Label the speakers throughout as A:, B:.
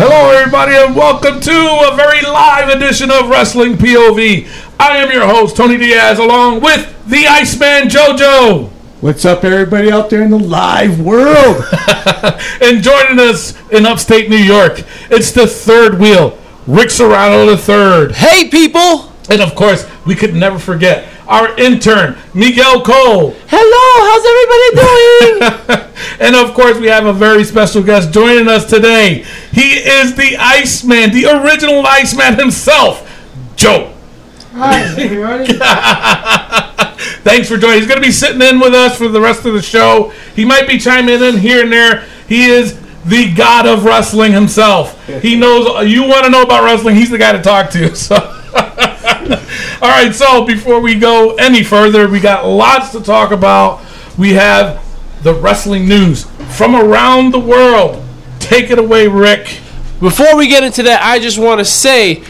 A: Hello, everybody, and welcome to a very live edition of Wrestling POV. I am your host, Tony Diaz, along with the Iceman JoJo.
B: What's up, everybody out there in the live world?
A: And joining us in upstate New York, it's the third wheel, Rick Serrano the third.
C: Hey, people!
A: And of course, we could never forget our intern, Miguel Cole.
C: Hello, how's everybody doing?
A: and of course, we have a very special guest joining us today. He is the Iceman, the original Iceman himself, Joe. Hi, everybody. Thanks for joining. He's going to be sitting in with us for the rest of the show. He might be chiming in here and there. He is the god of wrestling himself. He knows you want to know about wrestling. He's the guy to talk to. So. All right, so before we go any further, we got lots to talk about. We have the wrestling news from around the world. Take it away, Rick.
C: Before we get into that, I just want to say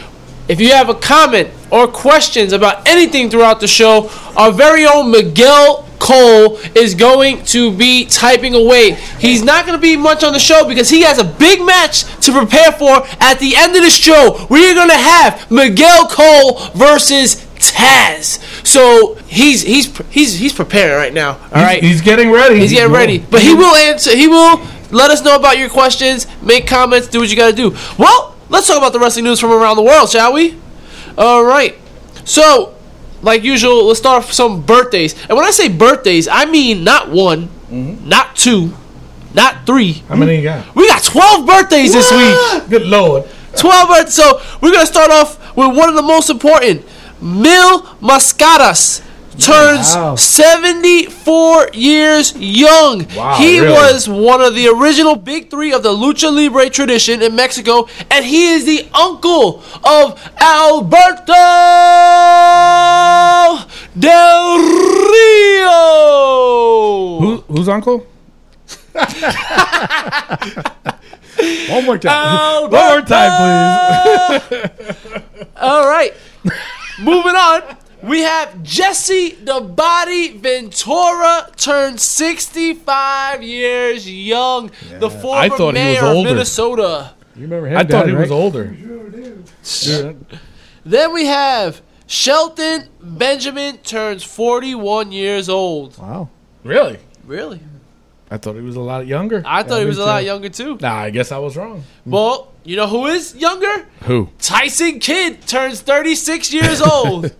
C: if you have a comment or questions about anything throughout the show, our very own Miguel Cole is going to be typing away. He's not going to be much on the show because he has a big match to prepare for at the end of the show. We are going to have Miguel Cole versus Taz. So he's he's he's he's preparing right now. All right.
A: He's getting ready.
C: He's getting ready, but he will answer. He will let us know about your questions, make comments, do what you gotta do. Well, let's talk about the wrestling news from around the world, shall we? All right. So, like usual, let's start off with some birthdays. And when I say birthdays, I mean not one, not two, not three.
A: How many you got?
C: We got twelve birthdays this week.
A: Good lord.
C: 12 birthdays. So we're going to start off with one of the most important. Mil Mascaras turns
B: Wow.
C: 74 years young.
A: Wow,
C: he
A: really?
C: was one of the original big three of the Lucha Libre tradition in Mexico, and he is the uncle of Alberto Del Rio.
A: Who, who's uncle?
B: One more
C: Uh,
B: time.
C: Alberto!
A: One more time,
C: All right. Moving on. We have Jesse the Body Ventura turned 65 years young. The former
A: thought he
C: mayor
A: was
C: of
A: older.
C: Minnesota.
B: You remember him?
A: please. I thought
B: Dad,
A: he was
B: right?
A: older.
C: Then we have Shelton Benjamin turns 41 years old.
B: Wow.
A: Really?
C: Really?
A: I thought he was a lot younger.
C: I thought he
B: me
C: was a lot
B: too.
C: younger too.
A: nah, I guess I was wrong.
C: Well, you know who is younger?
A: Who?
C: Tyson Kidd turns 36 years old.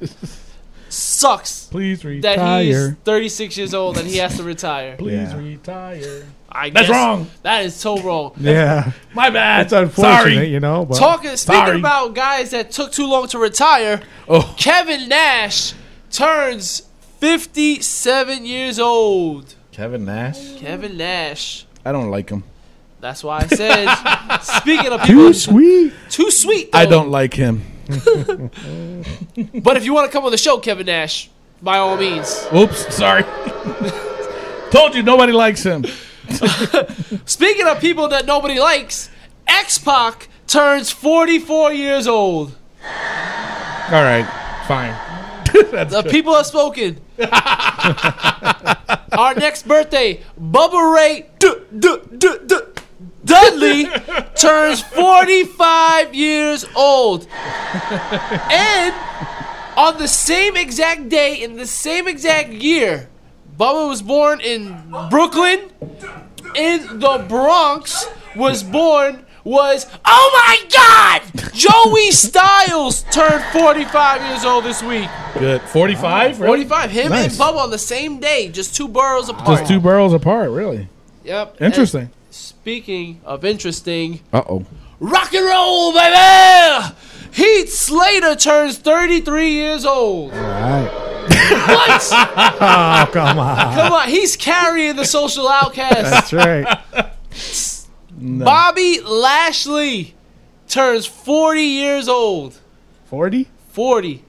C: Sucks
A: Please retire.
C: that he's
B: Retire.
C: 36 years old and he has to retire.
A: Please
B: Yeah.
A: retire.
C: I
A: That's
C: guess
A: wrong.
C: That is so wrong.
B: Yeah.
A: My bad.
B: It's unfortunate,
A: Sorry.
B: you know. But
C: Talking, speaking
A: Sorry.
C: about guys that took too long to retire,
A: Oh,
C: Kevin Nash turns 57 years old.
A: Kevin Nash.
C: Kevin Nash.
A: I don't like him.
C: That's why I said. speaking of people,
B: too sweet.
C: too sweet.
A: I
C: though.
A: don't like him.
C: But if you want to come on the show, Kevin Nash, by all means.
A: Oops, sorry. Told you nobody likes him.
C: Speaking of people that nobody likes, X Pac turns 44 years old.
A: All right, fine. That's
C: The people have spoken. Our next birthday, Bubba Ray D- D- D- D- Dudley turns 45 years old. And on the same exact day, in the same exact year, Bubba was born in Brooklyn, in the Bronx, was born. Was oh my god! Joey Styles turned 45 years old this week.
A: good. Forty-five. Really?
C: 45. Him
A: Nice.
C: and Bubba on the same day, just two boroughs apart.
A: Just two barrels apart. Really
C: Yep.
A: interesting.
C: And speaking of interesting,
A: Uh oh.
C: rock and roll, baby! Heath Slater turns 33 years old.
B: All right.
C: What?
B: Oh, come on.
C: Come on, he's carrying the social outcast.
B: That's right.
C: Bobby Lashley turns 40 years old.
B: 40?
C: 40.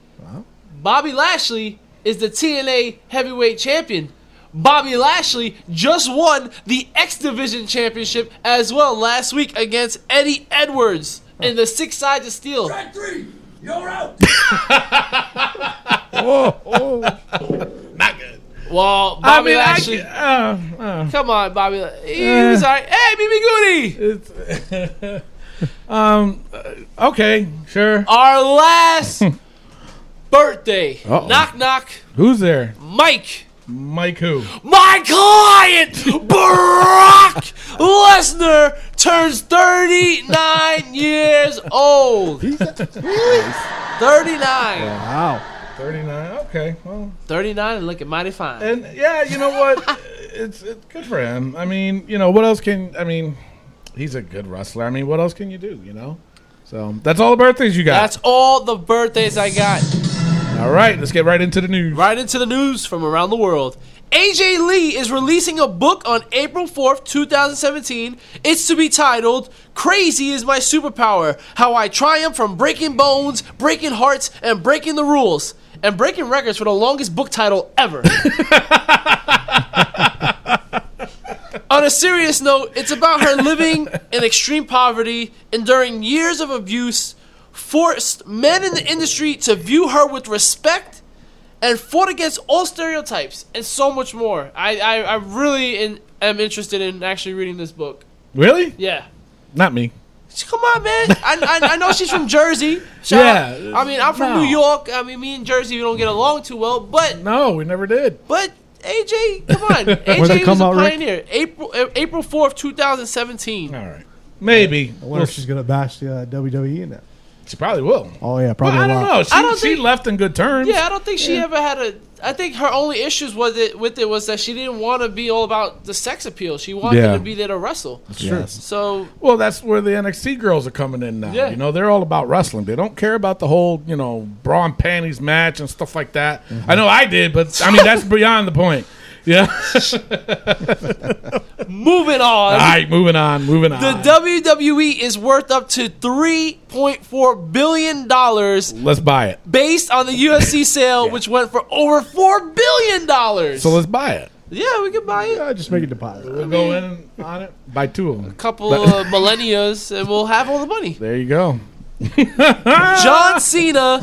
C: Bobby Lashley is the TNA heavyweight champion. Bobby Lashley just won the X Division Championship as well last week against Eddie Edwards in the Six Sides of Steel.
D: three, you're out.
A: Not good.
C: Well, Bobby
A: I mean,
C: Lashley,
A: I, uh, uh, Uh.
C: come on, Bobby. La- He was all right. Hey, BB Goody!
A: it's Um, uh, okay, sure.
C: Our last birthday. Knock knock.
A: Who's there?
C: Mike.
A: Mike who?
C: My client, Barack Lesnar, turns 39 years old. 39.
B: Wow.
A: 39. Okay, well.
C: 39 and looking mighty fine.
A: And yeah, you know what? it's, it's good for him. I mean, you know, what else can, I mean, he's a good wrestler. I mean, what else can you do, you know? So that's all the birthdays you got.
C: That's all the birthdays I got.
A: all right, let's get right into the news.
C: Right into the news from around the world. AJ Lee is releasing a book on April 4th, 2017. It's to be titled Crazy is My Superpower How I Triumph from Breaking Bones, Breaking Hearts, and Breaking the Rules. And breaking records for the longest book title ever. On a serious note, it's about her living in extreme poverty, enduring years of abuse, forced men in the industry to view her with respect, and fought against all stereotypes, and so much more. I, I, I really in, am interested in actually reading this book.
A: Really?
C: Yeah.
A: Not me.
C: Come on, man. I, I, I know she's from Jersey. Shout out.
A: Yeah,
C: I mean, I'm from
A: no.
C: New York. I mean, me and Jersey, we don't get along too well, but
A: No, we never did.
C: but AJ, come on,
B: When'd it
C: AJ was
B: come
C: a
B: out, Rick?
C: pioneer. April uh, April fourth, two thousand seventeen.
A: All right. Maybe.
B: I wonder if she's gonna bash the uh, WWE in that.
A: she probably will.
B: Oh yeah,
A: Well,
B: probably.
A: I
B: a
A: don't
B: lot.
A: know. She,
C: I don't
A: she
C: think-
A: left in good terms.
C: Yeah, I don't think she ever had a. I think her only issues with it with it was that she didn't want to be all about the sex appeal. She wanted
A: Yeah.
C: to be there to wrestle.
B: Yes.
C: So
A: Well, that's where the NXT girls are coming in now.
C: Yeah.
A: You know, they're all about wrestling. They don't care about the whole, you know, bra and panties match and stuff like that.
C: Mm-hmm.
A: I know I did, but I mean, that's beyond the point. Yeah.
C: moving on.
A: all right, moving on, moving on.
C: The WWE is worth up to $3.4 billion
A: let's buy it.
C: based on the UFC sale, which went for over $4 billion.
A: So let's buy it.
C: yeah, we could buy it.
B: Yeah, Uh, just make a deposit.
A: We'll go in on it. Buy two of them.
C: couple of millennials and we'll have all the money.
A: There you go.
C: John Cena,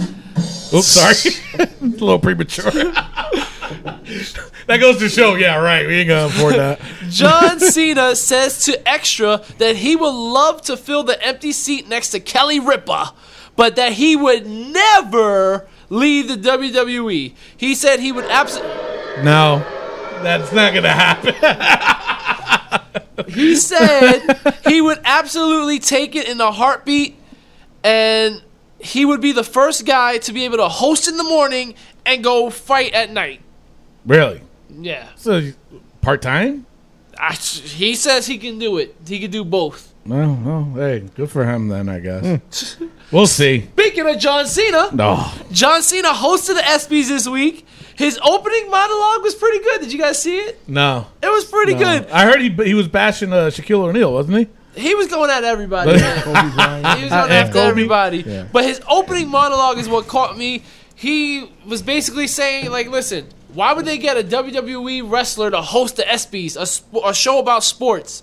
A: Oops, sorry. a little premature. that goes to show. Yeah, right. We ain't going to afford that.
C: John Cena says to Extra that he would love to fill the empty seat next to Kelly Ripa, but that he would never leave the WWE. He said he would absolutely.
A: No, that's not going to happen.
C: He said he would absolutely take it in a heartbeat, and he would be the first guy to be able to host in the morning and go fight at night.
A: really?
C: Yeah,
A: So, part time?
C: I, he says he can do it. He can do both.
A: No, no. Hey, good for him then, I guess. we'll see.
C: Speaking of John Cena,
A: No.
C: John Cena hosted the ESPYS this week. His opening monologue was pretty good. Did you guys see it?
A: No.
C: It was pretty good.
A: I heard he he was bashing uh, Shaquille O'Neal, wasn't he?
C: He was going at everybody. man.
B: Kobe Bryant.
C: he was going
A: Yeah.
C: after
A: Kobe.
C: everybody.
B: Yeah.
C: But his opening monologue is what caught me. He was basically saying, like, listen, why would they get a WWE wrestler to host the ESPYS, a, sp- a show about sports?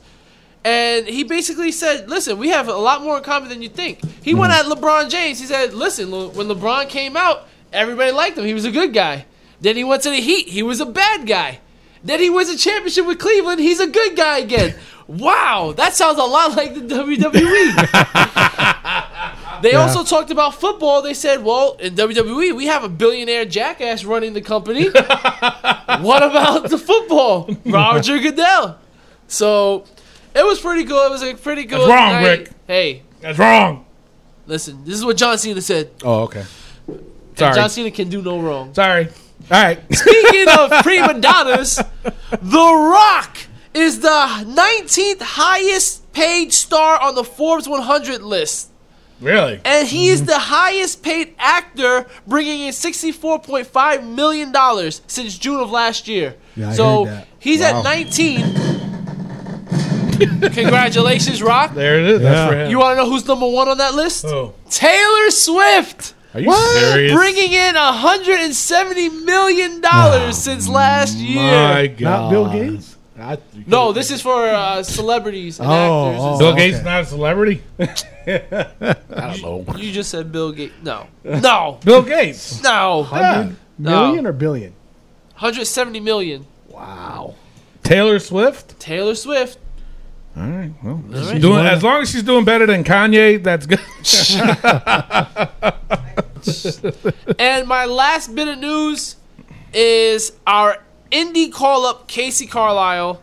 C: And he basically said, listen, we have a lot more in common than you think. He went at LeBron James. He said, listen, Le- when LeBron came out, everybody liked him. He was a good guy. Then he went to the Heat. He was a bad guy. Then he wins a championship with Cleveland. He's a good guy again. Wow, that sounds a lot like the E. WWE. they also talked about football. They said, well, in WWE, we have a billionaire jackass running the company. what about the football? Roger Goodell. So it was pretty cool. It was a pretty good.
A: That's wrong,
C: night.
A: Rick.
C: Hey,
A: That's wrong.
C: listen. This is what John Cena said.
A: Oh, okay. Sorry.
C: John Cena can do no wrong.
A: Sorry. All right.
C: Speaking of prima donnas, The Rock is the 19th highest paid star on the Forbes 100 list.
A: really?
C: And he
B: Mm-hmm.
C: is the highest paid actor, bringing in $64.5 million since June of last year.
B: Yeah, I
C: so
B: heard that.
C: he's
B: Wow.
C: at 19. Congratulations, Rock.
A: There it is.
B: Yeah.
A: That's for him.
C: You want to know who's number one on that list?
A: oh.
C: Taylor Swift.
A: Are you serious?
C: Bringing in 170 million
B: Oh
C: dollars since last year.
A: My God.
B: Not Bill Gates.
A: I-
C: No, this is for uh, celebrities and
B: Oh,
C: actors. and
B: oh.
A: Bill
C: stuff.
A: Gates
B: okay.
A: not a celebrity? I
B: oh.
A: don't know.
C: You just said Bill Gates. No, no,
A: Bill Gates.
C: no.
A: Yeah.
B: Million or billion?
C: 170 million.
B: Wow.
A: Taylor Swift.
C: Taylor Swift.
A: All right. Well, she's
C: right.
A: doing, as long as she's doing better than Kanye, that's good.
C: And my last bit of news is our indie call up Casey Carlisle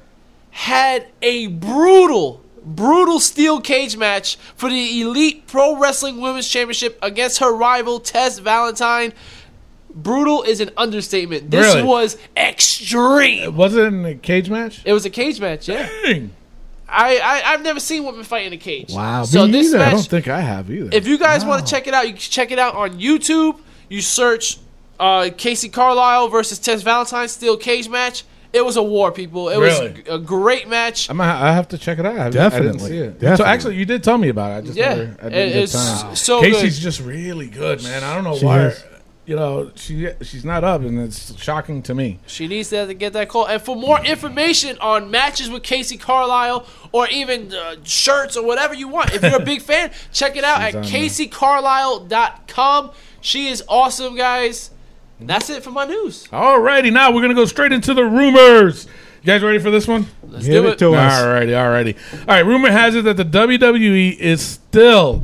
C: had a brutal, brutal steel cage match for the Elite Pro Wrestling Women's Championship against her rival Tess Valentine. Brutal is an understatement. This
A: Really?
C: was extreme.
A: Was it in a cage match?
C: It was a cage match, yeah.
A: Dang.
C: I, I I've never seen women fight in a cage.
B: Wow.
C: So
B: me
C: this
B: either. I
C: match
B: don't think I have either.
C: if you guys want to check it out, you can check it out on YouTube. You search uh, Casey Carlisle versus Tess Valentine steel cage match. It was a war, people. It
A: Really?
C: was a great match.
A: I'm. A, I have to check it out. I haven't- I didn't
B: Definitely.
A: see it. So
B: Definitely.
A: actually, you did tell me about it. I just
C: Yeah,
A: never, I
C: it-
A: didn't get
C: it's
A: time.
C: so
A: Casey's
C: good.
A: just really good, man. I don't know
B: She
A: why.
B: is.
A: You know, she she's not up, and it's shocking to me.
C: She needs to get that call. And for more information on matches with Casey Carlisle or even uh, shirts or whatever you want, if you're a big fan, check it out at
A: on there.
C: CaseyCarlisle.com. She is awesome, guys. And that's it for my news.
A: Alrighty, now we're gonna go straight into the rumors. You guys ready for this one?
C: Let's
B: Give
C: do
B: it to us.
A: Alrighty, alrighty. All right, rumor has it that the WWE is still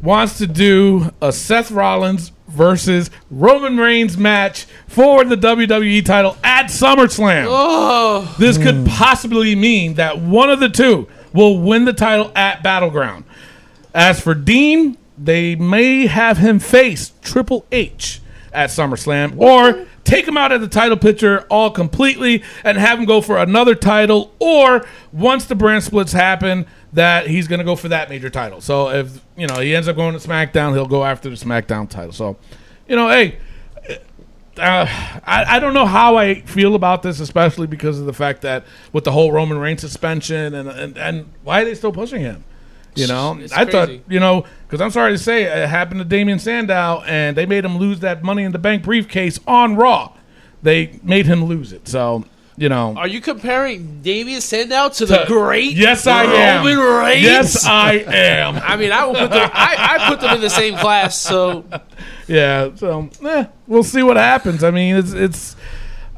A: wants to do a Seth Rollins versus Roman Reigns match for the WWE title at SummerSlam.
C: Oh,
A: This could possibly mean that one of the two will win the title at Battleground. As for Dean, they may have him face Triple H at SummerSlam or take him out of the title picture all completely and have him go for another title or once the brand splits happen that he's going to go for that major title. So if, you know, he ends up going to SmackDown, he'll go after the SmackDown title. So, you know, hey, uh, I, I don't know how I feel about this, especially because of the fact that with the whole Roman Reigns suspension and and, and why are they still pushing him? You know,
C: It's
A: I
C: crazy.
A: thought you know because I'm sorry to say it happened to Damian Sandow and they made him lose that Money in the Bank briefcase on Raw. They made him lose it, so you know.
C: are you comparing Damian Sandow to the
A: Uh,
C: great
A: Yes, I am.
C: Roman Reigns?
A: Yes, I am.
C: I mean, I will put them. I, I put them in the same class. So
A: Yeah, so eh, we'll see what happens. I mean, it's it's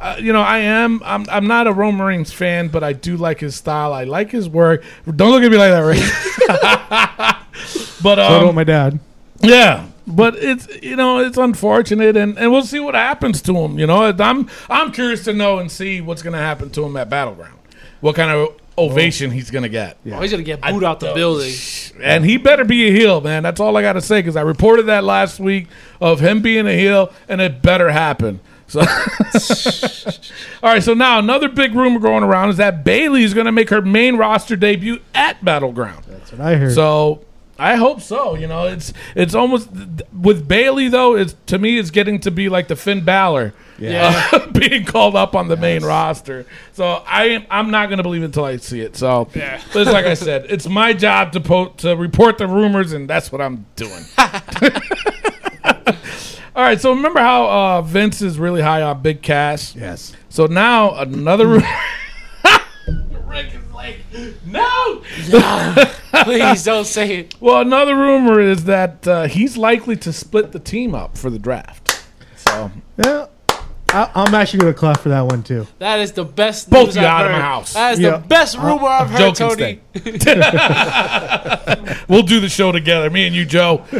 A: uh, you know I am I'm I'm not a Roman Reigns fan, but I do like his style. I like his work. Don't look at me like that, right? but
B: so
A: um,
B: don't my dad.
A: yeah, but it's you know it's unfortunate, and, and we'll see what happens to him. You know, And I'm I'm curious to know and see what's going to happen to him at Battleground. What kind of ovation he's going to get.
C: oh, he's gonna get booed out the building.
A: And he better be a heel, man. That's all I got to say because I reported that last week of him being a heel, and it better happen. So, all right. So now another big rumor going around is that Bailey is going to make her main roster debut at Battleground.
B: That's what I heard.
A: So I hope so. You know, it's it's almost with Bailey though. It's to me, it's getting to be like the Finn Balor
C: Yeah.
A: uh, being called up on the main roster. So I am I'm not gonna believe until I see it. So but it's like I said, it's my job to po- to report the rumors, and that's what I'm doing. All right, so remember how uh, Vince is really high on Big Cass?
B: yes.
A: So now another rumor. Rick is like, no.
C: Please don't say it.
A: Well, another rumor is that uh, he's likely to split the team up for the draft. So
B: Yeah. I, I'm actually going to clap for that one too.
C: That is the best.
A: Both
C: news
A: you
C: I've
A: out of
C: heard.
A: my house.
C: That is
B: Yeah.
C: the best rumor I've heard,
A: joking,
C: Tony.
A: Stan. we'll do the show together, me and you, Joe.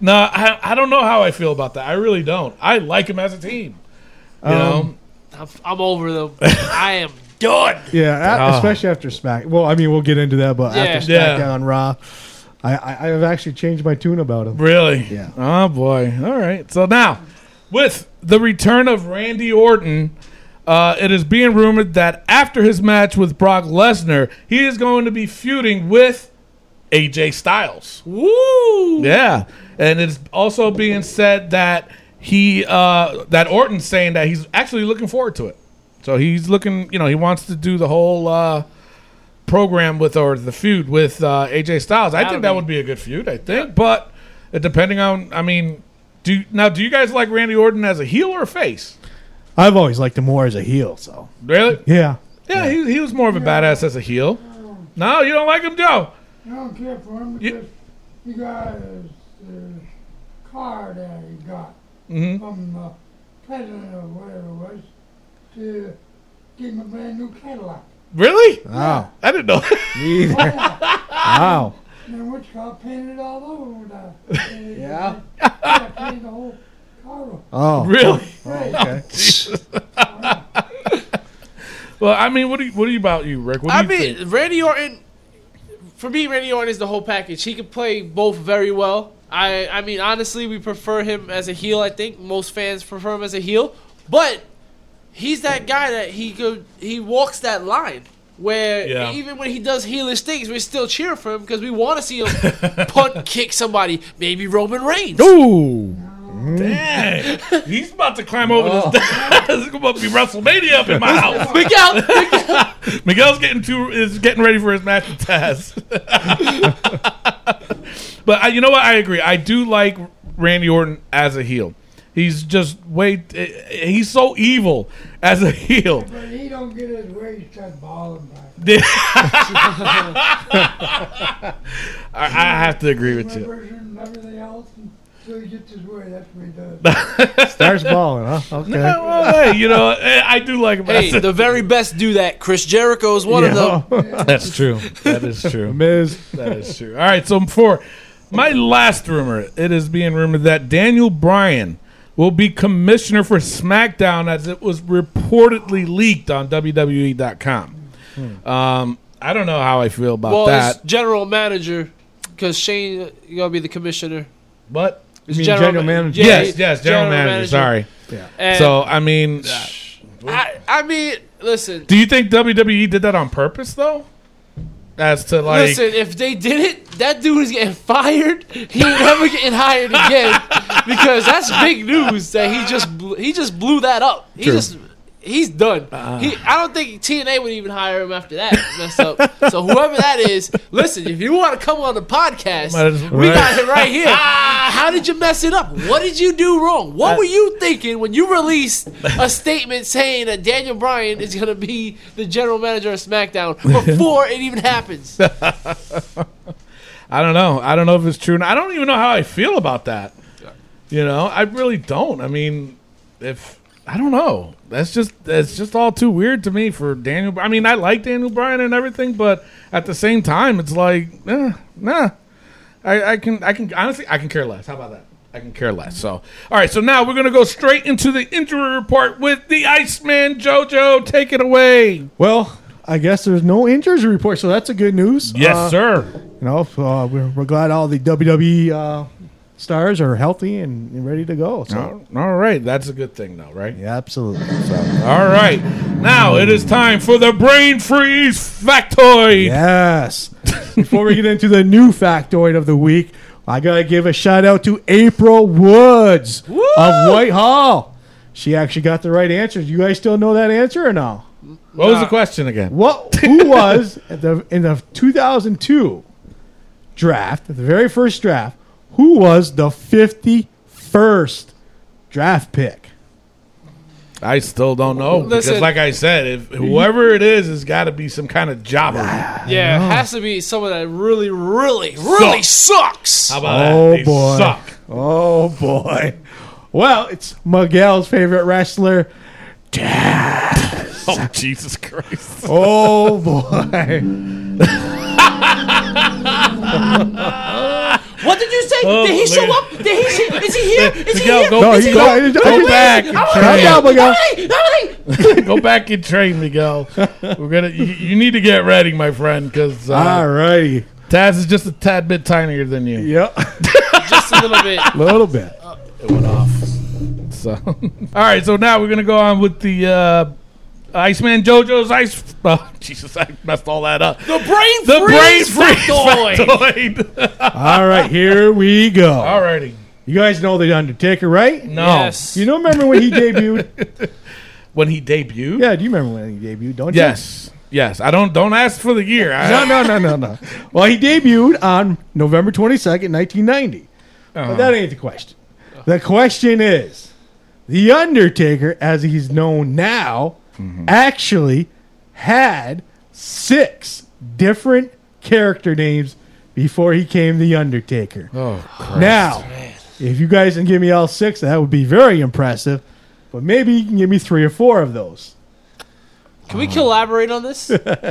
A: no, I, I don't know how I feel about that. I really don't. I like him as a team. You know,
C: I'm, I'm over them. I am done.
B: Yeah, a-
A: Oh.
B: especially after Smack. Well, I mean, we'll get into that, but after
A: Yeah. Yeah.
B: SmackDown Raw, I, I I've actually changed my tune about him.
A: really.
B: Yeah.
A: Oh boy. All right. So now, with the return of Randy Orton. Uh, it is being rumored that after his match with Brock Lesnar, he is going to be feuding with AJ Styles.
C: Woo!
A: Yeah, and it's also being said that he uh, that Orton's saying that he's actually looking forward to it. So he's looking, you know, he wants to do the whole uh, program with or the feud with uh, AJ Styles. I think
C: That'll
A: that
C: be-
A: would be a good feud. I think, but it, depending on, I mean, do now do you guys like Randy Orton as a heel or a face?
B: I've always liked him more as a heel. So
A: Really?
B: yeah,
A: Yeah, He, he was more of a badass as a heel. No, you don't like him, Joe.
E: I don't care for him
A: You-
E: because he got his, uh car that he got
A: Mm-hmm.
E: from the president or whatever it was to give him a brand new Cadillac.
A: Really?
B: Wow.
A: I didn't know.
B: Me either. wow.
E: And then which got painted all over with that. And they-
B: Yeah.
E: they painted the whole car over.
B: Oh.
A: really?
E: Right.
B: Okay.
A: Well, I mean, what do you, what do you about you, Rick? What do
C: I
A: you
C: mean,
A: think?
C: Randy Orton. For me, Randy Orton is the whole package. He can play both very well. I, I mean, honestly, we prefer him as a heel. I think most fans prefer him as a heel, but he's that guy that he could he walks that line where
A: Yeah.
C: even when he does heelish things, we still cheer for him because we want to see him punt kick somebody, maybe Roman Reigns.
B: Ooh.
A: Dang, he's about to climb over this. this is about to be WrestleMania up in my house.
C: Miguel,
A: Miguel's getting too is getting ready for his match with Taz. but I, you know what? I agree. I do like Randy Orton as a heel. He's just way. He's so evil as a heel.
E: But he don't get his wage till ball him back.
A: I, I have to agree with you.
E: Members and everything else, and so he gets his way. That's what he does.
B: Starts balling, huh? Okay.
A: Yeah, well, hey, you know, eh, I do like him.
C: hey,
A: as a-
C: the very best do that. Chris Jericho is one of them.
A: that's true. That is true.
B: Miz.
A: That is true. All right, so for my last rumor, it is being rumored that Daniel Bryan will be commissioner for SmackDown as it was reportedly leaked on WWE.com. Um, I don't know how I feel about
C: Well, it's
A: that,
C: general manager because Shane uh, gonna be the commissioner.
A: but
C: It's
B: mean general manager?
C: yeah,
A: yes,
C: he-
A: yes, general, manager, Sorry.
C: And
A: so I mean, uh,
C: I, I mean, listen,
A: do you think WWE did that on purpose though? As to like,
C: listen. If they did it, that dude is getting fired. He ain't never getting hired again because that's big news that he just bl- he just blew that up. He just he's done.
A: Ah.
C: he, I don't think TNA would even hire him after that mess up. So whoever that is, listen. If you want to come on the podcast,
A: Might as-
C: we got it right here. How did you mess it up? What did you do wrong?
A: Uh,
C: What were you thinking when you released a statement saying that Daniel Bryan is going to be the general manager of SmackDown before it even happens?
A: I don't know. I don't know if it's true. And I don't even know how I feel about that. You know, I really don't. I mean, if I don't know, that's just that's just all too weird to me for Daniel. I mean, I like Daniel Bryan and everything, but at the same time, it's like, eh, nah. I, I can I can honestly I can care less. How about that? I can care less. So all right. So now we're gonna go straight into the injury report with the Iceman JoJo. Take it away.
B: Well, I guess there's no injuries report, so that's a good news. Uh,
A: sir.
B: You know, if, uh, we're, we're glad all the WWE uh, stars are healthy and, and ready to go. So.
A: All right. That's a good thing, though, right?
B: Yeah, absolutely. So,
A: All right, now it is time for the brain freeze factoid.
B: yes. Before we get into the new factoid of the week, I gotta give a shout out to April Woods of Whitehall. She actually got the right answer. Do you guys still know that answer or no?
A: What was the question again?
B: What? Who was at the, in the 2002 draft, the very first draft? Who was the 51st draft pick?
A: I still don't know because,
C: Listen.
A: like I said, if whoever it is has got to be some kind of jobber. How
C: Yeah, it has to be someone that really, really, really sucks.
A: about
B: Oh,
A: that? They
B: boy.
A: suck.
B: Oh boy. Well, it's Miguel's favorite wrestler.
A: Oh Jesus Christ!
B: Oh boy.
C: What did you say? did he
A: look
C: show
A: at-
C: up? Did he? see- Is he here? Is he
A: Oh, Miguel,
C: here?
A: go-
B: No,
C: is
B: he, no, he-
A: go back and
B: Calm down, Miguel.
C: Hey, hey!
A: Go back and train, Miguel. We're gonna. You, you need to get ready, my friend, because uh,
B: Alrighty.
A: Taz is just a tad bit tinier than you.
B: Yep.
C: Just a little bit.
B: A little bit.
A: So, all right. So now we're gonna go on with the uh, Iceman JoJo's ice. Oh, Jesus, I messed all that up.
C: The brain
A: The brain
C: freeze.
A: freeze
C: factoid.
A: factoid.
B: All right, here we go.
A: Alrighty.
B: You guys know the Undertaker, right?
A: No.
C: Yes.
B: You don't remember when he debuted?
A: When he debuted.
B: Yeah, do you remember when he debuted? Don't you?
A: Yes. Yes. I don't. Don't ask for the year. I,
B: No, no, no, no, no. Well, he debuted on November 22nd, 1990. But that ain't the question. The question is The Undertaker, as he's known now, actually had six different character names before he came The Undertaker.
A: Oh, crap.
B: now, if you guys can give me all six, that would be very impressive. But maybe you can give me three or four of those.
C: Can we collaborate on this? All
A: Yeah, can
B: Go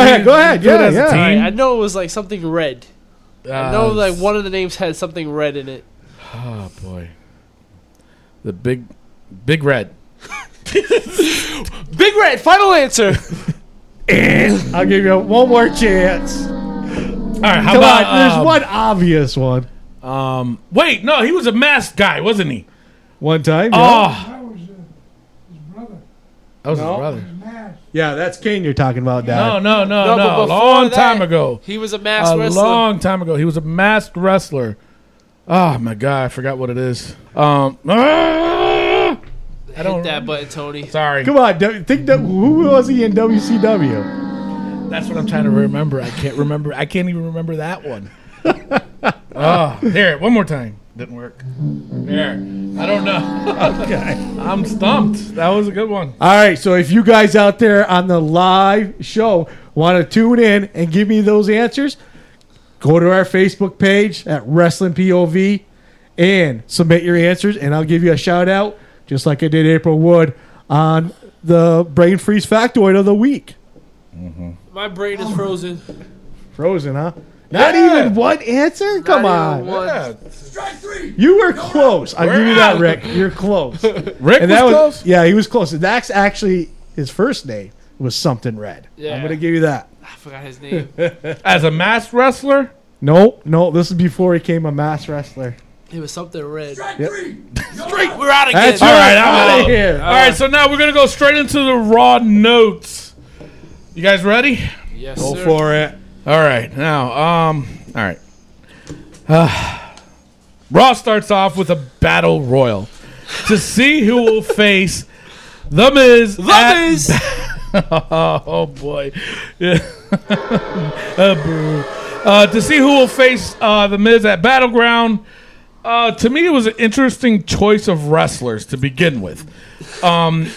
B: ahead,
A: we
B: go ahead.
A: do it
B: Yeah,
A: as a
B: yeah.
A: team?
C: right, I know it was like something red. I know
A: Uh,
C: like one of the names had something red in it.
A: Oh boy, the big, big red.
C: Big red. Final answer.
B: I'll give you one more chance.
A: All right, how
B: Come
A: about
B: on, there's
A: um,
B: one obvious one.
A: Um, wait, no, he was a masked guy, wasn't he?
B: One time. yeah.
A: Oh,
E: That was uh, his brother,
A: that was
B: No.
A: his brother.
E: his mask.
B: yeah, that's Kane you're talking about,
A: No,
B: Dad.
A: no, no, no.
C: No, but
A: A
C: before
A: long time
C: that,
A: ago.
C: He was a masked
A: A
C: wrestler.
A: long time ago. He was a masked wrestler. Oh my god, I forgot what it is. Um, ah!
C: Hit
A: don't-
C: that button, Tony.
A: sorry,
B: Come on, W- think that who was he in WCW?
A: that's what I'm trying to remember. I can't remember. I can't even remember that one. oh, there, one more time. Didn't work. There, I don't know.
B: Okay.
A: I'm stumped. That was a good one.
B: All right, so if you guys out there on the live show want to tune in and give me those answers, go to our Facebook page at Wrestling POV and submit your answers, and I'll give you a shout out, just like I did April Wood on the Brain Freeze Factoid of the week.
C: My brain is frozen.
B: Frozen, huh? Not
A: Yeah.
B: even one answer? Come
C: Not
B: on.
C: even one.
A: Yeah.
D: Strike three.
B: You were close. I'll
A: We're
B: give you that,
A: out.
B: Rick. You're close. and
A: Rick was,
B: that was
A: close.
B: Yeah, he was close. That's actually his first name was something red.
C: Yeah.
B: I'm gonna give you that.
C: I forgot his name.
A: As a masked wrestler,
B: No, no, this is before he came a mass wrestler.
C: It was something red.
D: Strike three. You're out.
C: We're out again.
B: That's
A: All right, I'm
B: Outta
A: out.
B: here.
A: Oh. All right, so now we're gonna go straight into the raw notes. You guys ready?
C: Yes,
B: Go
C: sir.
B: for it.
A: All right, now, um, all right. Ah. raw starts off with a battle royal to see who will face the Miz.
C: The
A: at-
C: Miz.
A: Oh, boy. Yeah. Uh, boo. Uh, to see who will face uh, the Miz at Battleground. Uh, to me, it was an interesting choice of wrestlers to begin with. Um,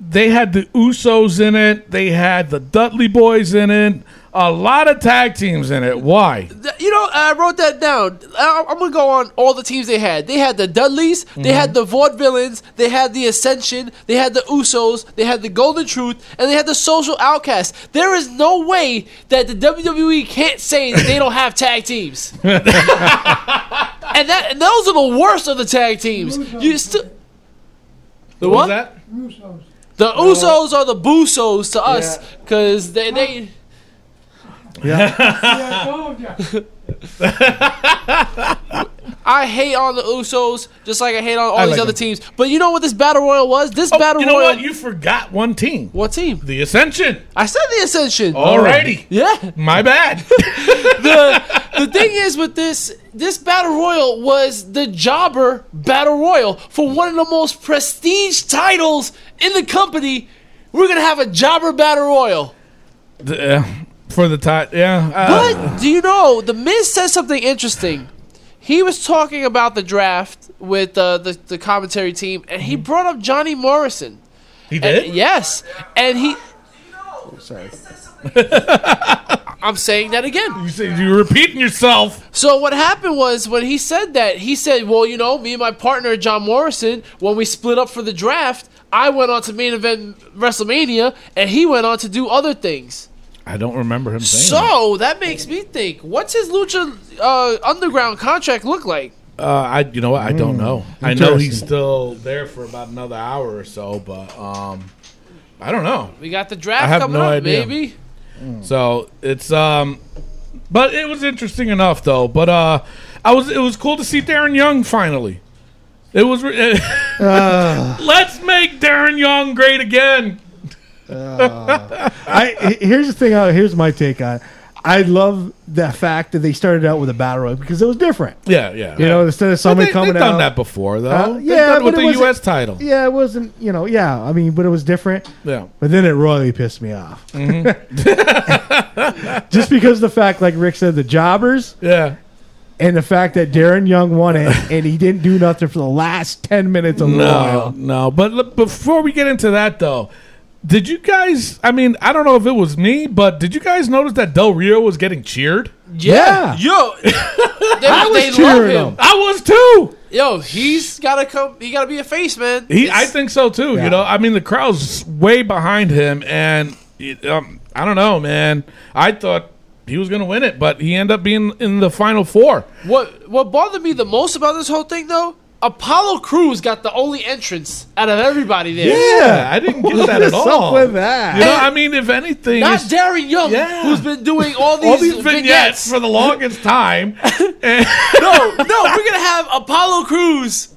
A: they had the Usos in it. They had the Dudley Boys in it. A lot of tag teams in it. Why?
C: Th- You know, I wrote that down. I- I'm gonna go on all the teams they had. They had the Dudleys, they
A: Mm-hmm.
C: had the Vaudevillains, they had the Ascension, they had the Usos, they had the Golden Truth, and they had the Social Outcasts. There is no way that the WWE can't say that they don't have tag teams. and that and those are the worst of the tag teams. You still
A: What
C: the
A: was
C: what?
A: that? Uh,
E: Russo's.
C: The Usos are the Busos to us because they they.
E: Yeah, I told ya.
C: I hate on the Usos just like I hate on all
A: I
C: these
A: like
C: other
A: them.
C: teams. But you know what this battle royal was? This
A: Oh,
C: battle
A: you know
C: royal.
A: what? You forgot one team.
C: what team?
A: The Ascension.
C: I said the Ascension.
A: Oh. Alrighty.
C: Yeah.
A: My bad.
C: The the thing is with this this battle royal was the jobber battle royal for one of the most prestige titles in the company. We're gonna have a jobber battle royal.
A: The- uh, for the tie. Yeah. uh,
C: But do you know the Miz said something interesting? He was talking about the draft with uh, the the commentary team, and he brought up Johnny Morrison.
A: He did?
C: Yes, and he. I'm saying that again.
A: You said you're repeating yourself.
C: So what happened was when he said that, he said, "Well, you know, me and my partner John Morrison, when we split up for the draft, I went on to main event WrestleMania, and he went on to do other things."
A: I don't remember him saying that.
C: So that makes me think, what's his Lucha uh, Underground contract look like?
A: Uh, I, you know what? I don't know. I know he's
B: Hmm. Interesting.
A: still there for about another hour or so, but um, I don't know.
C: We got the
A: I
C: draft
A: have
C: coming
A: no
C: up,
A: idea.
C: maybe.
A: So it's um, but it was interesting enough though. But uh, I was it was cool to see Darren Young finally. It was. Re-
B: Uh.
A: Let's make Darren Young great again.
B: I he- here's the thing. uh, Here's my take on. it. I love the fact that they started out with a battle royal because it was different.
A: Yeah, yeah.
B: You know, instead of
A: they,
B: somebody
A: have
B: coming
A: done
B: out.
A: that before though.
B: Huh?
A: They've
B: Yeah,
A: done it with
B: but it
A: the
B: wasn't-
A: U.S. title.
B: Yeah, it wasn't. You know, yeah. I mean, but it was different.
A: yeah.
B: But then it royally pissed me off.
A: Mm-hmm.
B: Just because the fact, like Rick said, the jobbers
A: Yeah.
B: and the fact that Darren Young won it and he didn't do nothing for the last 10 minutes of the
A: No,
B: Royal.
A: no. But look, before we get into that, though, Did you guys? I mean, I don't know if it was me, but did you guys notice that Del Rio was getting cheered?
B: Yeah.
C: Yo, they,
B: I was
C: they love
B: cheering
C: him.
B: him.
A: I was too.
C: Yo, he's gotta come. He gotta be a face man.
A: He, I
C: It's-
A: think so too. You know, I mean, the crowd's way behind him, and it, um, I don't know, man. I thought he was going to win it, but he ended up being in the final four.
C: What what bothered me the most about this whole thing though, Apollo Crews got the only entrance out of everybody there.
A: Yeah, I didn't get that at
B: What's up
A: all.
B: with that?
A: You know, I mean, if anything,
C: Not
A: it's-
C: Darren Young,
A: Yeah.
C: who's been doing all these,
A: all these vignettes for the longest time. And-
C: no, no, we're gonna have Apollo Crews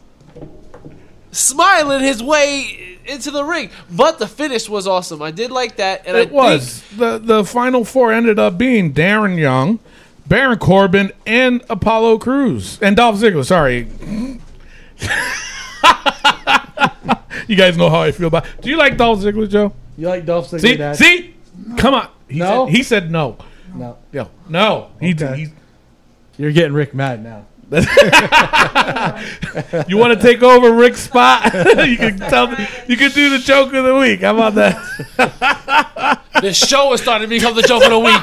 C: smiling his way into the ring. But the finish was awesome. I did like that, and I
A: It was the the final four ended up being Darren Young, Baron Corbin, and Apollo Cruz and Dolph Ziggler. Sorry, you guys know how I feel about. Do you like Dolph Ziggler, Joe?
B: You like Dolph Ziggler?
A: See,
B: Dad?
A: see, come on. He
B: No?
A: said, he said no.
B: No.
A: Yo, no. He,
B: Okay.
A: he-
B: You're getting Rick Madden now.
A: you want to take over Rick's spot? you can tell. You can do the joke of the week. How about that?
C: the show is starting to become the joke of the week.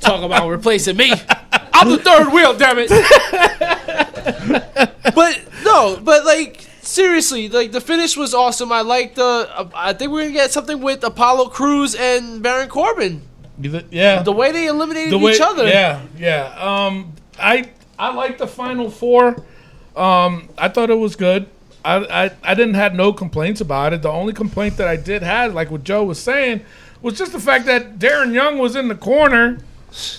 C: Talk about replacing me. I'm the third wheel, damn it. but no, but like seriously, like the finish was awesome. I like the. uh, I think we're gonna get something with Apollo Crews and Baron Corbin.
A: You th- Yeah.
C: The way they eliminated
A: the way-
C: each other.
A: Yeah, yeah. Um, I I like the final four. Um, I thought it was good. I, I I didn't have no complaints about it. The only complaint that I did have, like what Joe was saying, was just the fact that Darren Young was in the corner